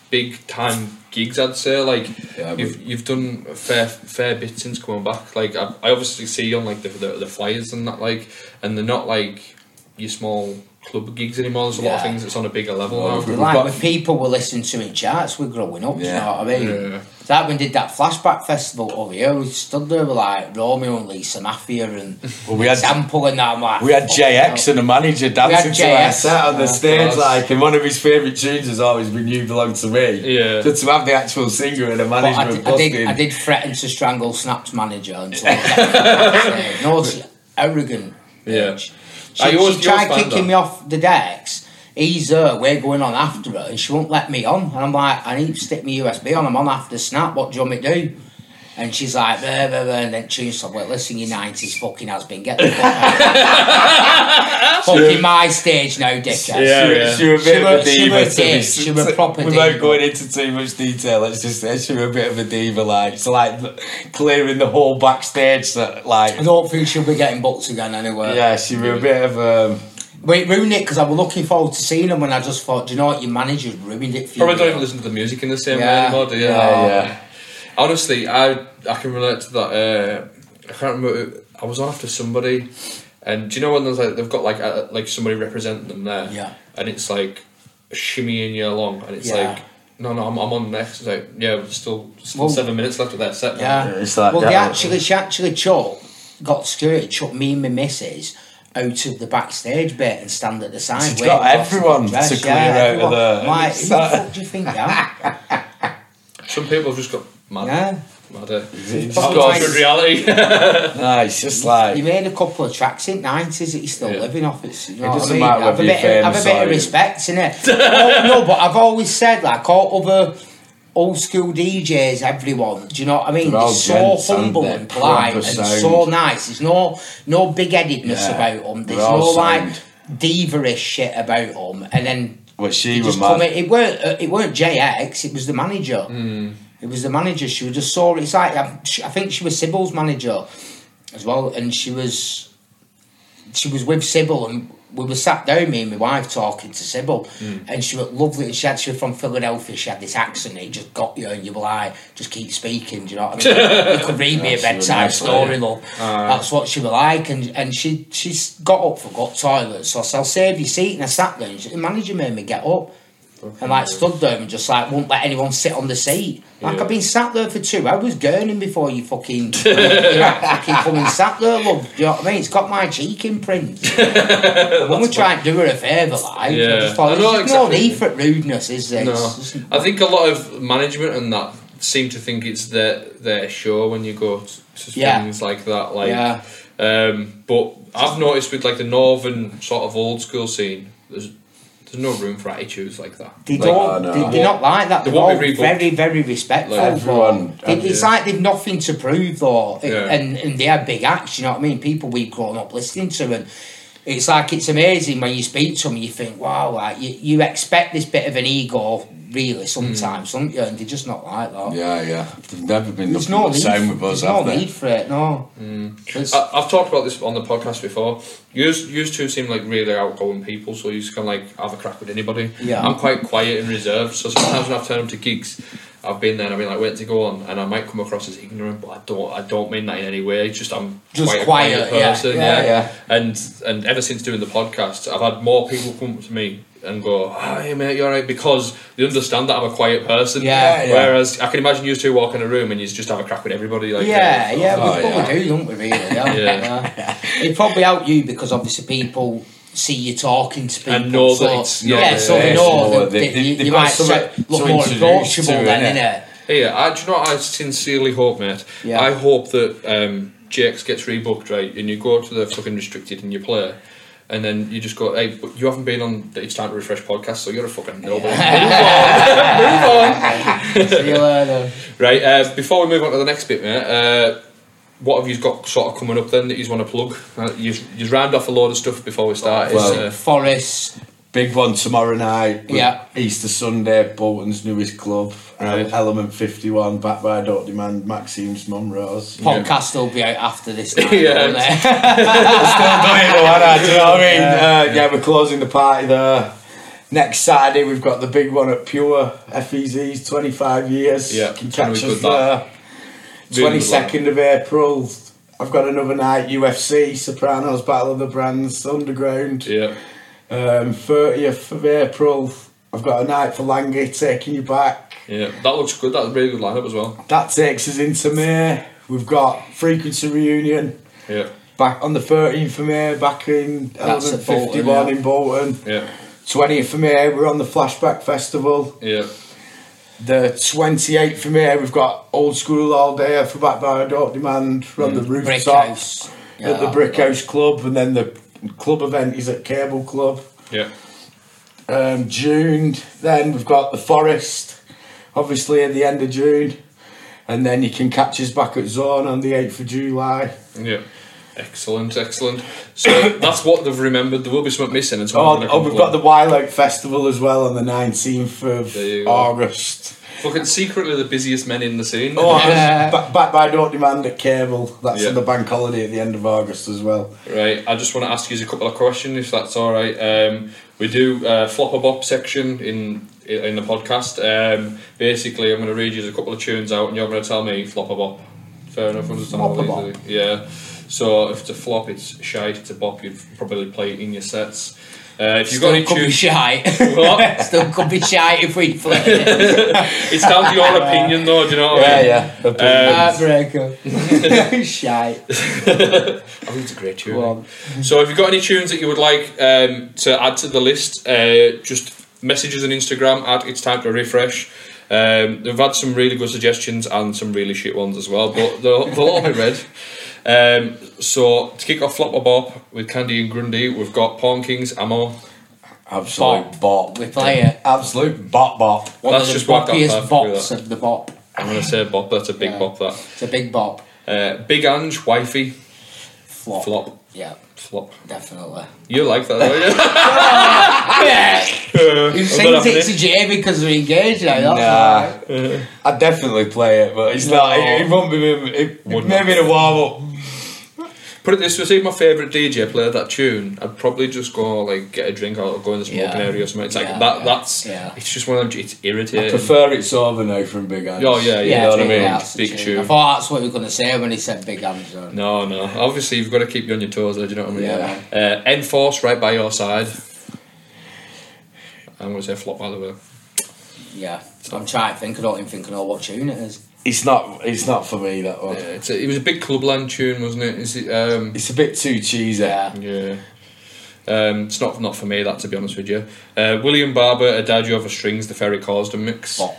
big time gigs. I'd say like
Yeah, but-
you've you've done a fair fair bit since coming back. Like I, I obviously see you on like the, the the flyers and that like, and they're not like your small club gigs anymore. There's a lot of
Yeah.
things that's on a bigger level
Well,
now.
we've
Like
got-
when people were listening to in charts, we're growing up, you
Yeah.
know what I mean?
Yeah.
Like when we did that flashback festival over here, we stood there with like Romeo and Lisa Mafia
[laughs]
and
Well, we had-
Sample and that. I'm like,
We had
fucking
JX
hell.
and a manager dancing
We had
to our
JX.
set on the
Oh,
stage,
God.
like, and one of his favourite tunes has always been "You Belong to Me."
Yeah.
So to have the actual singer and a
But I,
manager
did, I, did, I
busting,
did threaten to strangle Snap's manager
[laughs]
until I got no, it's arrogant.
Yeah. Ah,
bitch. She,
you always-
she
you always
tried
find
kicking
that.
me off the decks. He's there, we're going on after her, and she won't let me on. And I'm like, I need to stick my USB on, I'm on after Snap, what do you want me to do? And she's like, blah, blah, blah, and then tunes I'm like, listen, your 90s fucking has been, get the
[laughs]
fuck out. fucking my stage now, dickhead.
Yeah,
she,
yeah.
she were a
She
bit
were-
of a
she
diva.
were a
to be-
dick. She were a proper
Without
diva.
going into too much detail, let's just say she were a bit of a diva. Like, so like clearing the whole backstage. so, Like,
I don't think she'll be getting booked again anyway.
yeah, she were a bit of um,
But it ruined it because I was looking forward to seeing him, and I just thought, do you know what, your manager's ruined it for
Probably
you.
don't even listen to the music in the same way
Yeah.
anymore. Do you?
yeah, yeah.
Honestly, I I can relate to that. Uh, I can't remember. who- I was on after somebody, and do you know when there's like they've got like uh, like somebody representing them there?
Yeah.
And it's like shimmying you along, and it's
Yeah.
like. No, no, I'm, I'm on next. It's like, yeah, we're still, still
Well-
seven minutes left of that set.
Yeah.
Uh, It's like
well,
that,
they
isn't
actually, she actually chucked, got security, chucked me and my missus out of the backstage bit and stand at the side.
She's
waiting
got
for us
everyone
come dress.
to clear out of there.
I'm Like, who the fuck do you think
[laughs]
that?
Some people have just got mad.
Yeah.
Mad. Uh,
It's
Probably
got-
like-
good reality.
nah, it's just
He
like
made a couple of tracks in the 90s that he's still
Yeah.
living off. It's, you know
It
what
doesn't
I mean? I've
matter
a
whether
bit,
you're
I've a
famous
bit of
or you-
respect in it.
[laughs]
no, but I've always said, like, all other old school DJs, everyone, do you know what I mean?
They're
They're,
all
so
gents, aren't
humble
they?
and polite and
Proper sound.
so nice. There's no no big headedness
Yeah.
about them. There's
They're all
no, like,
sound.
diva shit about them. And then
what she
you
were
just come in.
mad.
It weren't. uh, It weren't JX. It was the manager. It was the manager. She was just so. It's like I, she- I think she was Sybil's manager as well, and she was. She was with Sybil, and we were sat down, me and my wife, talking to Sybil, and she was lovely. She had she was from Philadelphia. She had this accent. It just got you, and you were like, just keep speaking. Do you know what I mean? you could read me a
That's really
bedtime
nice,
story,
yeah.
love. That's what she was like, and and she she's got up for got toilet. So I said, "I'll save your seat," and I sat there. And she- the manager made me get up and like stood there and just like won't let anyone sit on the seat. Like
Yeah.
I've been sat there for two hours gurning before you
[laughs]
fucking you know, fucking come and sat there, love. Do you know what I mean? It's got my cheek
[laughs]
imprint. I'm gonna try and do her a favour, like.
Yeah.
I just thought,
I know
there's
exactly.
no need for rudeness, is there? It's just-
No, I think a lot of management and that seem to think it's their their show when you go t- to
Yeah.
things like that. Like,
Yeah.
um, but I've noticed with like the northern sort of old school scene, There's there's no room for attitudes like that.
They
Like,
oh,
don't.
no.
they, are not like that.
They
They're
won't
all
be rebooked.
very, very respectful.
Like,
everyone-
They- it's
Yeah.
like they've nothing to prove, though, It-
Yeah.
and and they have big acts. You know what I mean? People we've grown up listening to, and it's like it's amazing when you speak to them. You think, wow, like you, you expect this bit of an ego, really, sometimes, don't you? And they're just not like that.
Yeah, yeah. They've never been
There's
nothing
no
but
need.
the same with us,
there's no
have they?
need for it. No. It's-
I, I've talked about this on the podcast before. Yous, yous two seem like really outgoing people, so you just can like have a crack with anybody.
Yeah.
I'm quite quiet and reserved, so sometimes when I've turned up to gigs, I've been there and I've been like waiting to go on, and I might come across as ignorant, but I don't. I don't mean that in any way. It's just I'm
Just
quite a
quiet,
quiet
yeah,
person.
yeah, yeah.
And and ever since doing the podcast, I've had more people come up to me. And go, oh, hey mate, you're right, because they understand that I'm a quiet person.
Yeah,
yeah.
Whereas I can imagine you two walk in a room and you just have a crack with everybody. Like,
yeah,
uh,
yeah, we
Oh,
probably
yeah.
do, don't we?
[laughs]
Really? Yeah.
Yeah.
yeah. It probably helped you because obviously people see you talking to people,
And know that
so,
it's
yeah,
not
so they
there,
so
know that,
they-
that
they-
you,
they've
you
got
might
something
say, look
to
more
introduce
approachable
to,
then,
innit?
[laughs]
innit?
Yeah, I do you know. what I sincerely hope, mate.
Yeah.
I hope that um, Jake's gets rebooked, right? And you go to the fucking restricted and you play, and then you just go, "Hey, but you haven't been on the It's Time to Refresh podcast, so you're a fucking nobody." [laughs]
[laughs]
See you later.
right. Uh, before we move on to the next bit, mate. Uh, what have you got sort of coming up then that you want to plug? Uh, you've you've rammed off a load of stuff before we started.
Well-
uh,
Forest,
Big one tomorrow night. with
Yeah.
Easter Sunday, Bolton's newest club.
Right.
Element 51, backed by Don't Demand, Maxime's mum, Rose.
podcast will be out after this. Night,
Yeah.
won't it?
do you know what I mean? Yeah. Uh, yeah, we're closing the party there. Next Saturday, we've got the big one at Pure FEZ's 25 years.
Yeah,
You can
can we
catch
put
us
that?
there.
Really
Twenty second of April. I've got another night UFC Sopranos Battle of the Brands Underground.
yeah.
Um, 30th of April. I've got a night for Langy taking you back.
Yeah, that looks good. That's a really good lineup as well.
That takes us into May. We've got Frequency Reunion
Yeah,
back on the 13th of May, back in
That's
Element
at Bolton,
51
yeah.
in Bolton.
yeah,
20th of May, we're on the Flashback Festival.
yeah.
The 28th of May, we've got Old School All Day for Back by I Don't Demand. We're on the
Brick
rooftops
House.
at the
Yeah.
Brick House Club, and then the club event is at Cable Club.
Yeah,
Um, June, then we've got the Forest, obviously at the end of June, and then you can catch us back at Zone on the 8th of July.
yeah. Excellent, excellent. So [coughs] that's what they've remembered. There will be something missing. And
Oh,
something's gonna
oh,
come
we've
through.
got the Wild Out Festival as well on the 19th of
There you go.
August.
Fucking secretly the busiest men in the scene.
Oh,
Yeah.
ba- back by Don't Demand at Cable. That's
Yeah.
on the bank holiday at the end of August as well.
[laughs] Right, I just want to ask you a couple of questions, if that's all right. Um, we do uh, flop a bop section in in the podcast. Um, basically, I'm going to read you a couple of tunes out, and you're going to tell me flop a bop. Fair enough, understandable.
Flop-a-bop.
easily. Yeah. So if it's a flop, it's shite. If it's a bop, you'd probably play it in your sets. Uh, if you've got
Still
any
could be
tunes,
shy.
What?
[laughs] Still could be shy if we play.
[laughs] it's down
[laughs]
to your opinion, though. Do you know what I mean?
yeah.
Um, Uh,
[laughs] Heartbreaker. shy.
Oh,
I think it's a great tune.
Go on.
So, if you've got any tunes that you would like um, to add to the list, uh, just messages on Instagram at It's Time to Refresh. Um, they've had some really good suggestions and some really shit ones as well, but they'll, they'll all be read. Um, so, to kick off Flop or Bop with Candy and Grundy, we've got Pawn Kings, Ammo.
Absolute bop.
We play it.
Absolute bop bop.
One
That's
of the
just worked out
boppiest
perfectly,
bops
that.
of the bop.
I'm going to say Bop, that's a big
Yeah.
bop that.
It's a big bop.
Uh, big Ange, Wifey,
Flop.
Flop.
Yeah,
Flop.
definitely. Ah,
You like that, don't you?
[laughs] Who
I'm not
sings
having
it
it.
to Jamie because we're engaged now?
Nah, I'd definitely play it, but it's not. It, it won't be. It,
Would
maybe in a warm up.
Put it this way, say my favourite DJ played that tune, I'd probably just go like get a drink or go in the smoking
Yeah.
area or something. It's like
Yeah,
that.
yeah,
That's
yeah.
it's just one of them. It's irritating.
Prefer it's over now from Big Hands.
oh yeah, yeah.
Yeah,
you know what I
Jamie
mean?
Hart's the
Big
I
tune.
thought that's what you were going to say when he said big hands. on.
No, no. Obviously, you've got to keep you on your toes. There, do you know what I mean?
Yeah.
Uh, Enforce right by your side. I'm gonna say flop by the way.
Yeah, I'm trying to think. I don't even think I know what tune it is.
It's not. It's not for me that one.
Yeah, it's a, it was a big clubland tune, wasn't it? Is it? Um,
It's a bit too cheesy.
Yeah.
Yeah. Um, it's not not for me that to be honest with you. Uh, William Barber, Adagio over Strings, the Ferry Caused a mix.
Bop.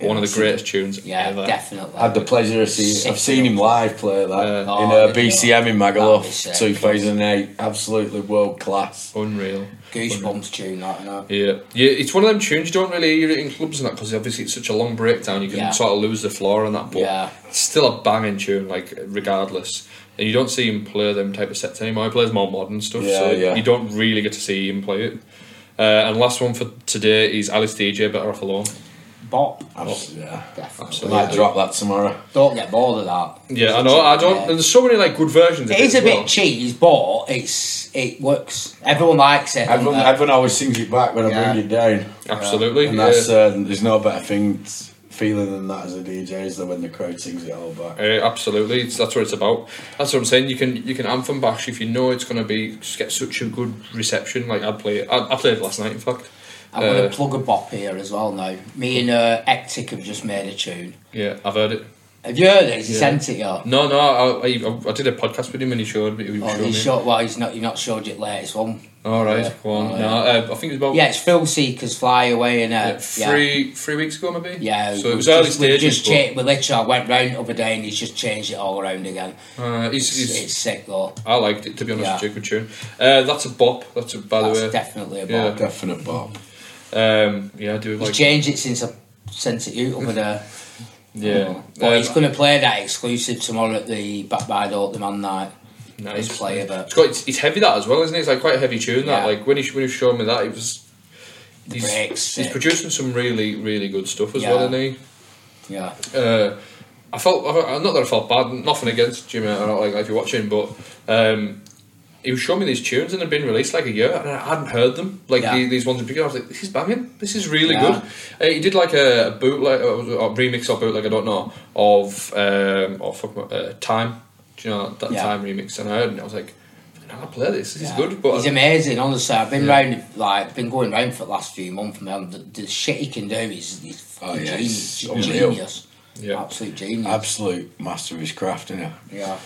One of the greatest tunes
Yeah,
ever.
definitely.
I had the pleasure of seeing. I've seen him live play that
Yeah.
in uh,
Oh,
a BCM in
That'd be sick.
Magaluf 2008. Absolutely world class.
Unreal.
Goosebumps tune, that, you know.
Yeah, yeah. It's one of them tunes you don't really hear it in clubs and that because obviously it's such a long breakdown. You can
Yeah.
sort of lose the floor on that, but
Yeah.
it's still a banging tune. Like regardless, and you don't see him play them type of sets anymore. He plays more modern stuff, so
Yeah, yeah.
you don't really get to see him play it. Uh, and last one for today is Alice DJ Better Off Alone.
Bop,
Abs- yeah.
Oh, definitely.
I might drop that tomorrow.
Don't get bored of that.
Yeah, I know. I don't. And there's so many like good versions.
It
of
is
it
a
as
bit
well.
cheese, but it's it works. Everyone likes it. don't
Everyone,
they?
everyone always sings it back when
Yeah.
I bring it down.
Absolutely.
And
yeah.
that's uh, there's no better thing t- feeling than that as a DJ is that when the crowd sings it all back.
Uh, absolutely, it's, that's what it's about. That's what I'm saying. You can you can anthem bash if you know it's going to be just get such a good reception. Like I play, I, I played last night. In fact,
I'm going
Uh,
to plug a bop here as well now. Me and uh, Ectic have just made a tune.
yeah, I've heard it.
Have you heard it? Has he
Yeah.
sent it you?
No, no, I, I, I did a podcast with him and he showed me. He
Oh,
showed me.
he's short, well, he's not, he's not showed you the latest one.
All right,
Yeah.
go on.
Oh,
no, uh, I think it was about
Yeah, it's Phil Seekers Fly Away and uh, yeah.
three three weeks ago maybe.
Yeah,
so it was
we've
early
just, we've
stages.
Just
but,
cha- we literally I went round the other day and he's just changed it all around again.
uh, he's,
It's,
he's,
it's sick though.
I liked it to be honest.
Yeah.
It's a good tune. Uh, that's a bop. That's a by
That's
the way.
definitely a bop.
Yeah.
Definite
Mm-hmm.
bop.
um, yeah, I do
He's
like.
changed it since I sent it you over there.
[laughs] Yeah,
But
Um,
he's going to play that exclusive tomorrow at the Back by the Old Man night.
Nice
Just play a bit.
It's quite it's, it's heavy that as well, isn't it? It's like quite a heavy tune
Yeah.
that. Like when he when he showed me that, it was. He's,
breaks,
he's
yeah.
producing some really really good stuff as
Yeah.
well, isn't
Yeah.
he? Uh, I felt I- not that I felt bad. Nothing against Jimmy. I don't like if you're watching, but. Um, he was showing me these tunes and they'd been released like a year and I hadn't heard them. Like
Yeah.
the, these ones in particular, I was like, this is banging. This is really
Yeah.
good. Uh, he did like a bootleg, or, or remix or bootleg, I don't know, of um, oh, fuck, my- uh, Time. Do you know that
Yeah.
Time remix? And I heard it and I was like, "Man, I'll play this. This
Yeah.
is good. But
he's amazing, honestly. I've been round, like, been going round for the last few months, man. The, the shit he can do is, is
Oh, yeah,
genius.
it's unreal.
genius.
Yeah.
Absolute genius.
Absolute master of his craft, innit?
yeah.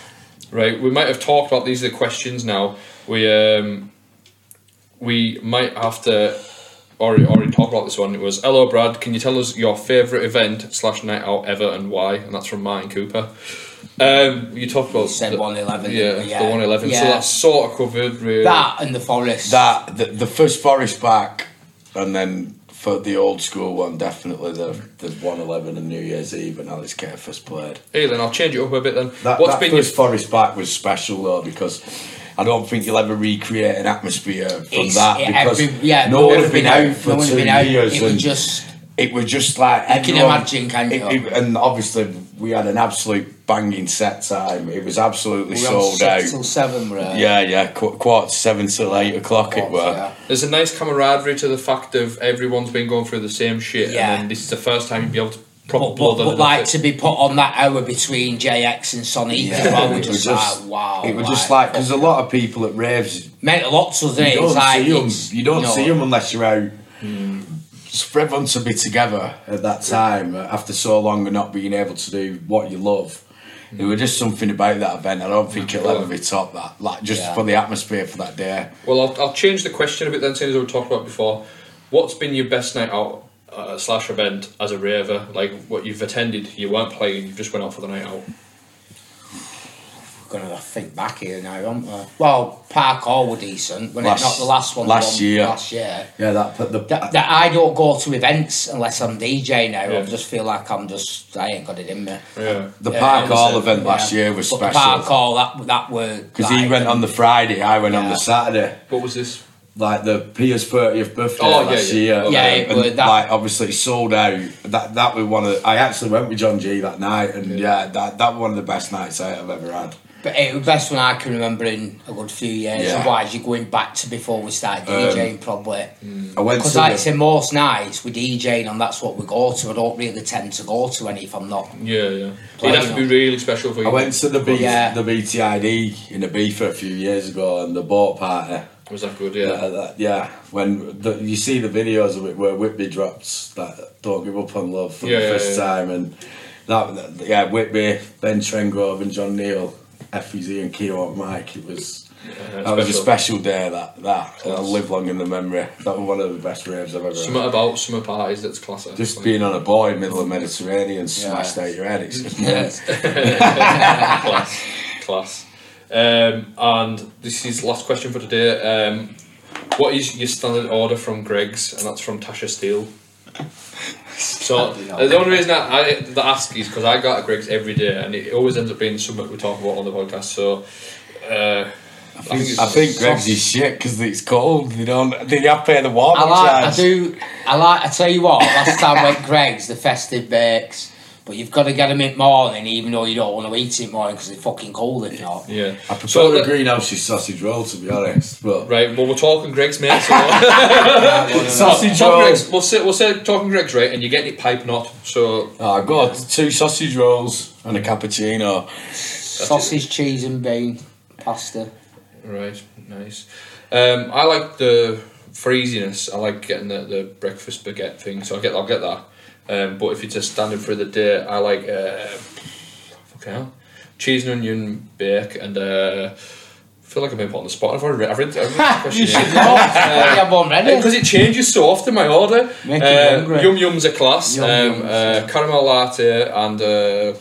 Right, we might have talked about these are the questions now. We um, we might have to already already talk about this one. It was Hello Brad, can you tell us your favourite event slash night out ever and why? And that's from Martin Cooper. Um, you talked about
Said
the-
111,
Yeah,
didn't we?
the
Yeah.
one eleven. So
Yeah.
that's sort of covered really.
That and the forest.
That the, the first Forest back, and then for the old school one, definitely the the one eleven and New Year's Eve and Alice Kerr first played.
Hey, then I'll change it up a bit then.
That,
What's
that
been your
first Forest back was special though because. I don't think you'll ever recreate an atmosphere from
It's-
that
it-
because
every- yeah,
no one had been out for
no one had
two
been out.
years.
It was
and
just-
it was just like
You can imagine, can't
it-
you?
it- and obviously, we had an absolute banging set time. It was absolutely
we were on
sold
six
out.
till seven, bro.
Yeah, yeah, qu- quarter to seven till eight o'clock it were.
Yeah.
There's a nice camaraderie to the fact of everyone's been going through the same shit,
Yeah.
and then this is the first time you'd be able to proper
But, but,
blow
but
the-
like to be put on that hour between JX and Sonic,
Yeah,
I
it
was just,
was just-
like, wow.
It was just like because a lot of people at raves
meant a lot to us.
you
didn't it?
don't
It's like
see them.
it's-
You don't
know, Hmm.
see them unless you're out. For everyone to be together at that time uh, after so long of not being able to do what you love. There was just something about that event. I don't think it'll ever be topped. That, like, just
Yeah.
for the atmosphere for that day.
Well, I'll, I'll change the question a bit then, seeing as we talked about before. What's been your best night out uh, slash event as a raver? Like what you've attended, you weren't playing, you just went out for the night out.
gonna think back here now, aren't we? Well, Park Hall were decent, but
Last-
not the last one. the
last
one
year.
Last year.
Yeah, that put the
That, that I don't go to events unless I'm DJ now.
Yeah.
I just feel like I'm just I ain't got it in me.
Yeah.
the
Yeah,
park
it was
hall
a-
event last
Yeah.
year was
but the Park
special
Hall that that um, were
because he went on the Friday, I went on
Yeah.
the Saturday.
What was this?
like the Piers thirtieth birthday
Oh, yeah,
last
yeah.
year.
Okay.
Yeah, it
and
was that-
like obviously sold out. That that was one of. I actually went with John G that night, and yeah, that that was one of the best nights out I've ever had.
But it was the best one I can remember in a good few years.
Yeah. Um,
Otherwise, you're going back to before we started DJing, probably.
I went to
Because, like I
the-
say, most nights we're DJing and that's what we go to. I don't really tend to go to any if I'm not.
Yeah, yeah. It'd have to be really special for you.
I went to the B,
Yeah.
the BTID in Ibiza a few years ago, and the boat party.
Was that good?
Yeah, uh,
Yeah.
that, yeah. When the, you see the videos of it where Whitby drops that "Don't Give Up on Love" for
Yeah,
the
yeah,
first
yeah.
time, and that, E that- yeah, Whitby, Ben Trengrove, and John Neal, FEZ and Keogh and Mike. It was That was a special day. That that I'll live long in the memory. That was one of the best raves I've ever. had.
Something about summer parties that's classic.
Just being on a boy middle of Mediterranean, smashed out your head. It's just nuts.
class, class. Um, and this is last question for today. Um, what is your standard order from Greg's? And that's from Tasha Steele. So uh, the only reason I, I that I ask is because I go to Greg's every day, and it always ends up being something we talk about on the podcast. So. Uh, I think, [laughs] it's-
I think Greg's is shit because it's cold. They don't. They have to pay the warming
I like. I
charge.
do. I like. I tell you what. Last time I went Greg's, the festive bakes, but you've got to get them in morning, even though you don't want to eat it morning because they're fucking cold if not.
Yeah.
I prefer
So
the
that-
greenhouse's sausage roll, to be honest. But
Right, well, we're talking Greg's, mate.
[laughs]
So [laughs]
sausage
Talking
roll.
Greg's, we'll say, we'll say talking Greg's, right? And you're getting it pipe knot. So
Oh, God, two sausage rolls and a cappuccino.
Sausage, cheese, and bean pasta.
Right, nice. Um, I like the freeziness. I like getting the, the breakfast baguette thing, so I get I'll get that. Um, but if it's just standard for the day, I like uh, fucking hell, cheese and onion bake, and uh, I feel like I'm being put on the spot. I've already read, I've read, I've read the
[laughs]
question. here.
I have one ready.
Because it changes so often, my order.
Make it
Um,
hungry.
yum yum's a class.
Yum
um,
Yums,
uh, caramel latte and uh,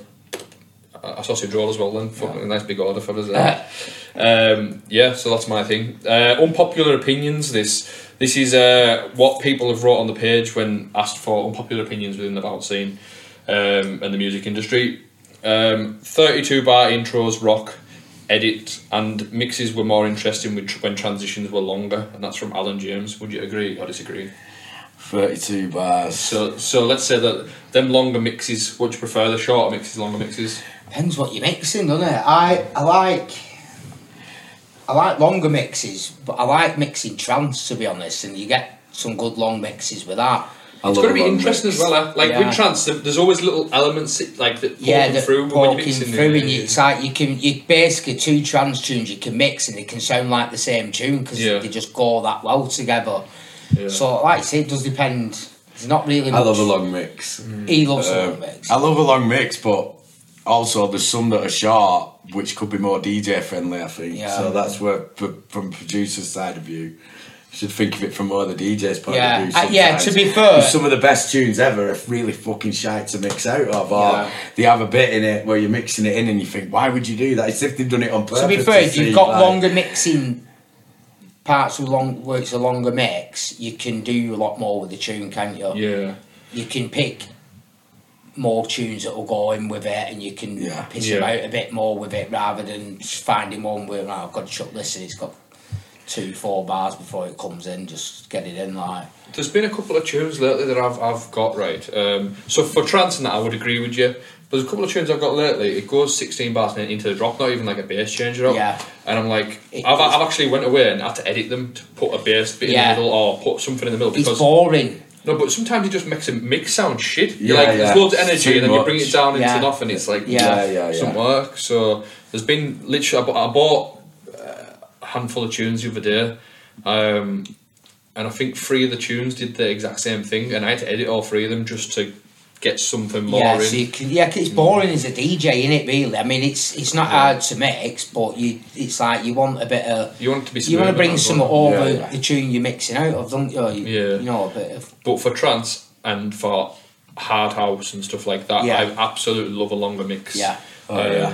a a sausage roll as well. Then fucking nice big order for us.
[laughs]
There. um, yeah, so that's my thing. Uh, unpopular opinions. This this is uh, what people have wrote on the page when asked for unpopular opinions within the battle scene um, and the music industry. Um, Thirty-two bar intros rock. Edit and mixes were more interesting with tr- when transitions were longer, and that's from Alan James. Would you agree or disagree?
32 bars.
So, so let's say that them longer mixes. What do you prefer, the shorter mixes, longer mixes?
Depends what you're mixing, doesn't it? I I like. I like longer mixes, but I like mixing trance to be honest, and you get some good long mixes with that.
I
It's
love
got to be
a long
interesting
mix.
as well. Eh? Like
Yeah.
with trance, there- there's always little elements that, like that poking
yeah, the
through when you're
poking
mixing.
through,
it.
and you, it's like you can you basically two trans tunes you can mix, and they can sound like the same tune because
Yeah.
they just go that well together.
Yeah.
So, like I say, it does depend. It's not really.
I love a
much-
long mix.
He loves a long
Um,
mix.
I love a long mix, but also there's some that are short, which could be more DJ friendly. I think
Yeah.
so. That's where p- from producer's side of view. you Should think of it from more the DJ's point
Yeah.
of view.
Uh, yeah, to
sometimes.
be fair-
'Cause some of the best tunes ever are really fucking shite to mix out of, or
Yeah.
they have a bit in it where you're mixing it in and you think, why would you do that? It's if they've done it on purpose.
to be fair, if
see,
you've got
like-
longer mixing parts of long where it's a longer mix, you can do a lot more with the tune, can't you?
Yeah,
You can pick more tunes that will go in with it, and you can
Yeah.
piss
Yeah.
them out a bit more with it rather than just finding one where "Oh, I've got to chuck this in. It's got two, four bars before it comes in. Just get it in like.
there's been a couple of tunes lately that I've I've got right. Um, so for trance and that, I would agree with you. But there's a couple of tunes I've got lately. It goes 16 bars and then into the drop, not even like a bass change at all.
Yeah.
And I'm like,
It-
I've, I've actually went away and had to edit them to put a bass bit
Yeah.
in the middle or put something in the middle
It's
because
boring.
No, but sometimes it just makes a mix sound shit. You're
Yeah,
like,
yeah.
there's loads of
It's
energy,
too
and then you bring
much.
it down into
Yeah.
nothing. It's like,
Yeah.
Yeah, yeah,
some
yeah.
work. So there's been literally, I bought, I bought uh, a handful of tunes the other day, um, and I think three of the tunes did the exact same thing, and I had to edit all three of them just to get something more
Yeah,
in.
so you can, yeah, 'cause it's boring as a DJ, in it? Really, I mean, it's it's not hard to mix, but you it's like you want a bit of
You want it to be
you want to
smooth
bring
and
some
all.
over
Yeah, yeah.
the tune you're mixing out of, don't you? You-
Yeah.
you know a bit of
But for trance and for hard house and stuff like that,
Yeah.
I absolutely love a longer mix. Um,
Yeah.
Oh, yeah.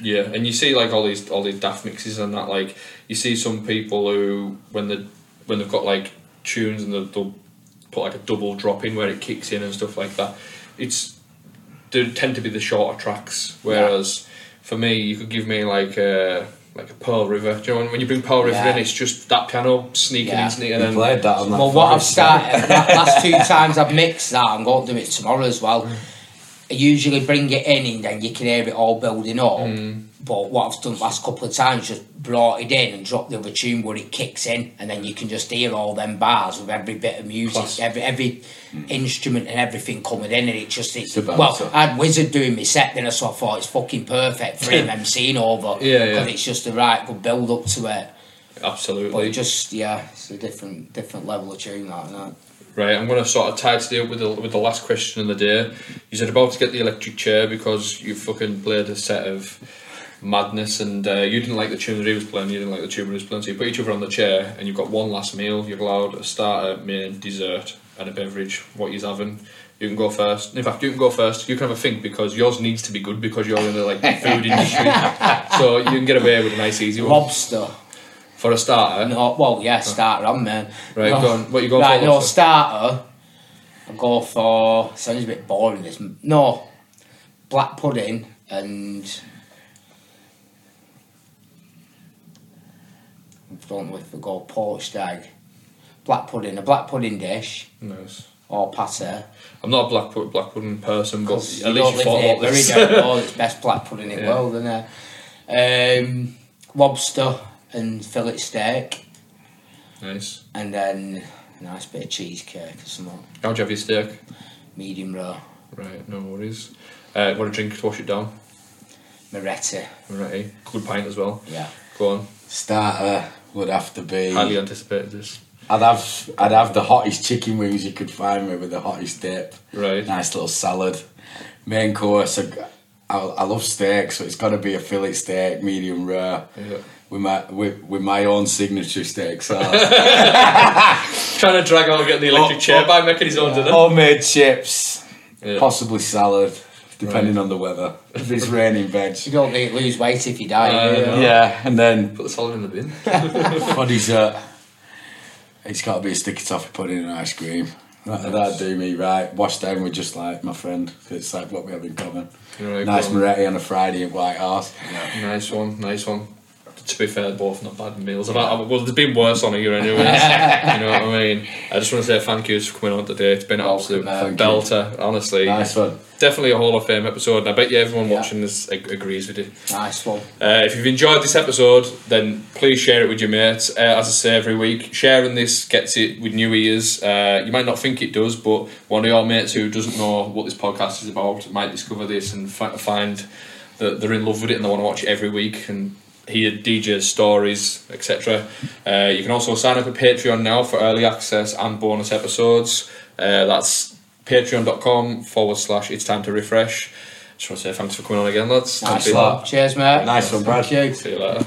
yeah, and you see like all these all these daft mixes and that. Like you see some people who when they when they've got like tunes and they'll, they'll put like a double drop in where it kicks in and stuff like that. It's they tend to be the shorter tracks. Whereas for me, you could give me like a like a Pearl River. Do you know when- when you bring Pearl River
Yeah.
in, it's just that piano sneaking
Yeah.
in, sneaking
We
in.
played that on that.
Well, what I've
first-
started that last two
[laughs]
times I've mixed that, I'm going to do it tomorrow as well. I usually bring it in and then you can hear it all building up.
Hmm.
But what I've done last couple of times just brought it in and dropped the other tune where it kicks in, and then you can just hear all them bars with every bit of music,
Class.
every every instrument and everything coming in, and it just it's
It's a balance,
well.
isn't it?
I had Wizard doing me set then, so I thought it's fucking perfect for him MCing over
Yeah, yeah.
because it's just the right good build up to it.
Absolutely.
But it just yeah, it's a different different level of tune that. isn't it?
Right, I'm going to sort of tie today up with the, with the last question of the day. You said about to get the electric chair because you fucking played a set of madness. And uh, you didn't like the tune that he was playing, you didn't like the tune he was playing, so you put each other on the chair and you've got one last meal. You're allowed a starter, main, dessert, and a beverage, what you're having. You can go first. In fact, you can go first. You can have a think because yours needs to be good because you're in the like food industry, so you can get away with a nice easy one
Lobster.
for a starter.
No, well, yeah, starter. I'm man.
Right,
no,
go on. What you going
right,
for,
No
lobster?
starter. I go for sounds a bit boring. This no black pudding and. I don't know if we go poached egg, black pudding, a black pudding dish
Nice.
or pate.
I'm not a black pud- black pudding person, but
Because
at
you
least
don't
you thought
live
about
near Bury
this.
down
[laughs]
the road, it's best black pudding in the
Yeah.
world, isn't it? Um, lobster and fillet steak,
[laughs] nice.
and then a nice bit of cheesecake or something.
How'd you have your steak?
Medium rare,
Right, no worries. Uh, want a drink to wash it down?
Moretti,
Right, good pint as well.
yeah.
Go on.
Starter would have to be.
Highly anticipated this.
I'd have I'd have the hottest chicken wings you could find me with the hottest dip.
Right.
Nice little salad. Main course. I, I, I love steak, so it's got to be a fillet steak, medium rare,
Yeah.
with my with, with my own
[laughs]
signature steak sauce.
Trying to drag out getting the electric
Oh,
chair
oh.
by making his own dinner.
Homemade chips,
Yeah.
possibly salad, depending on the weather. If it's raining,
[laughs]
veg.
You don't need lose weight if you die.
Uh,
do you?
no.
Yeah, and then
Put the salad in the
[laughs]
bin.
for dessert, uh, it's got to be a sticky toffee pudding and ice cream. That, that'd do me right. Washed down with just like my friend. It's like what we have in common.
Right,
nice
go on.
Moretti on a Friday at White House.
Nice one, nice one. To be fair, both not bad meals. I've, I've, well, there's been worse on here,
[laughs]
anyways. you know what I mean? I just want to say thank yous for coming on today. It's been an absolute
Thank you.
belter, honestly.
Nice one.
Definitely a Hall of Fame episode, and I bet you everyone watching this ag- agrees with you.
Nice one.
Uh, if you've enjoyed this episode, then please share it with your mates. Uh, as I say every week, sharing this gets it with new ears. Uh, you might not think it does, but one of your mates who doesn't know what this podcast is about might discover this and fi- find that they're in love with it and they want to watch it every week and hear DJ's stories, etc. Uh, you can also sign up at Patreon now for early access and bonus episodes. Uh, that's patreon.com forward slash it's time to refresh. Just want to say thanks for coming on again, lads.
Nice
Don't be-
one. Cheers, mate.
Nice one, Brad.
See you later.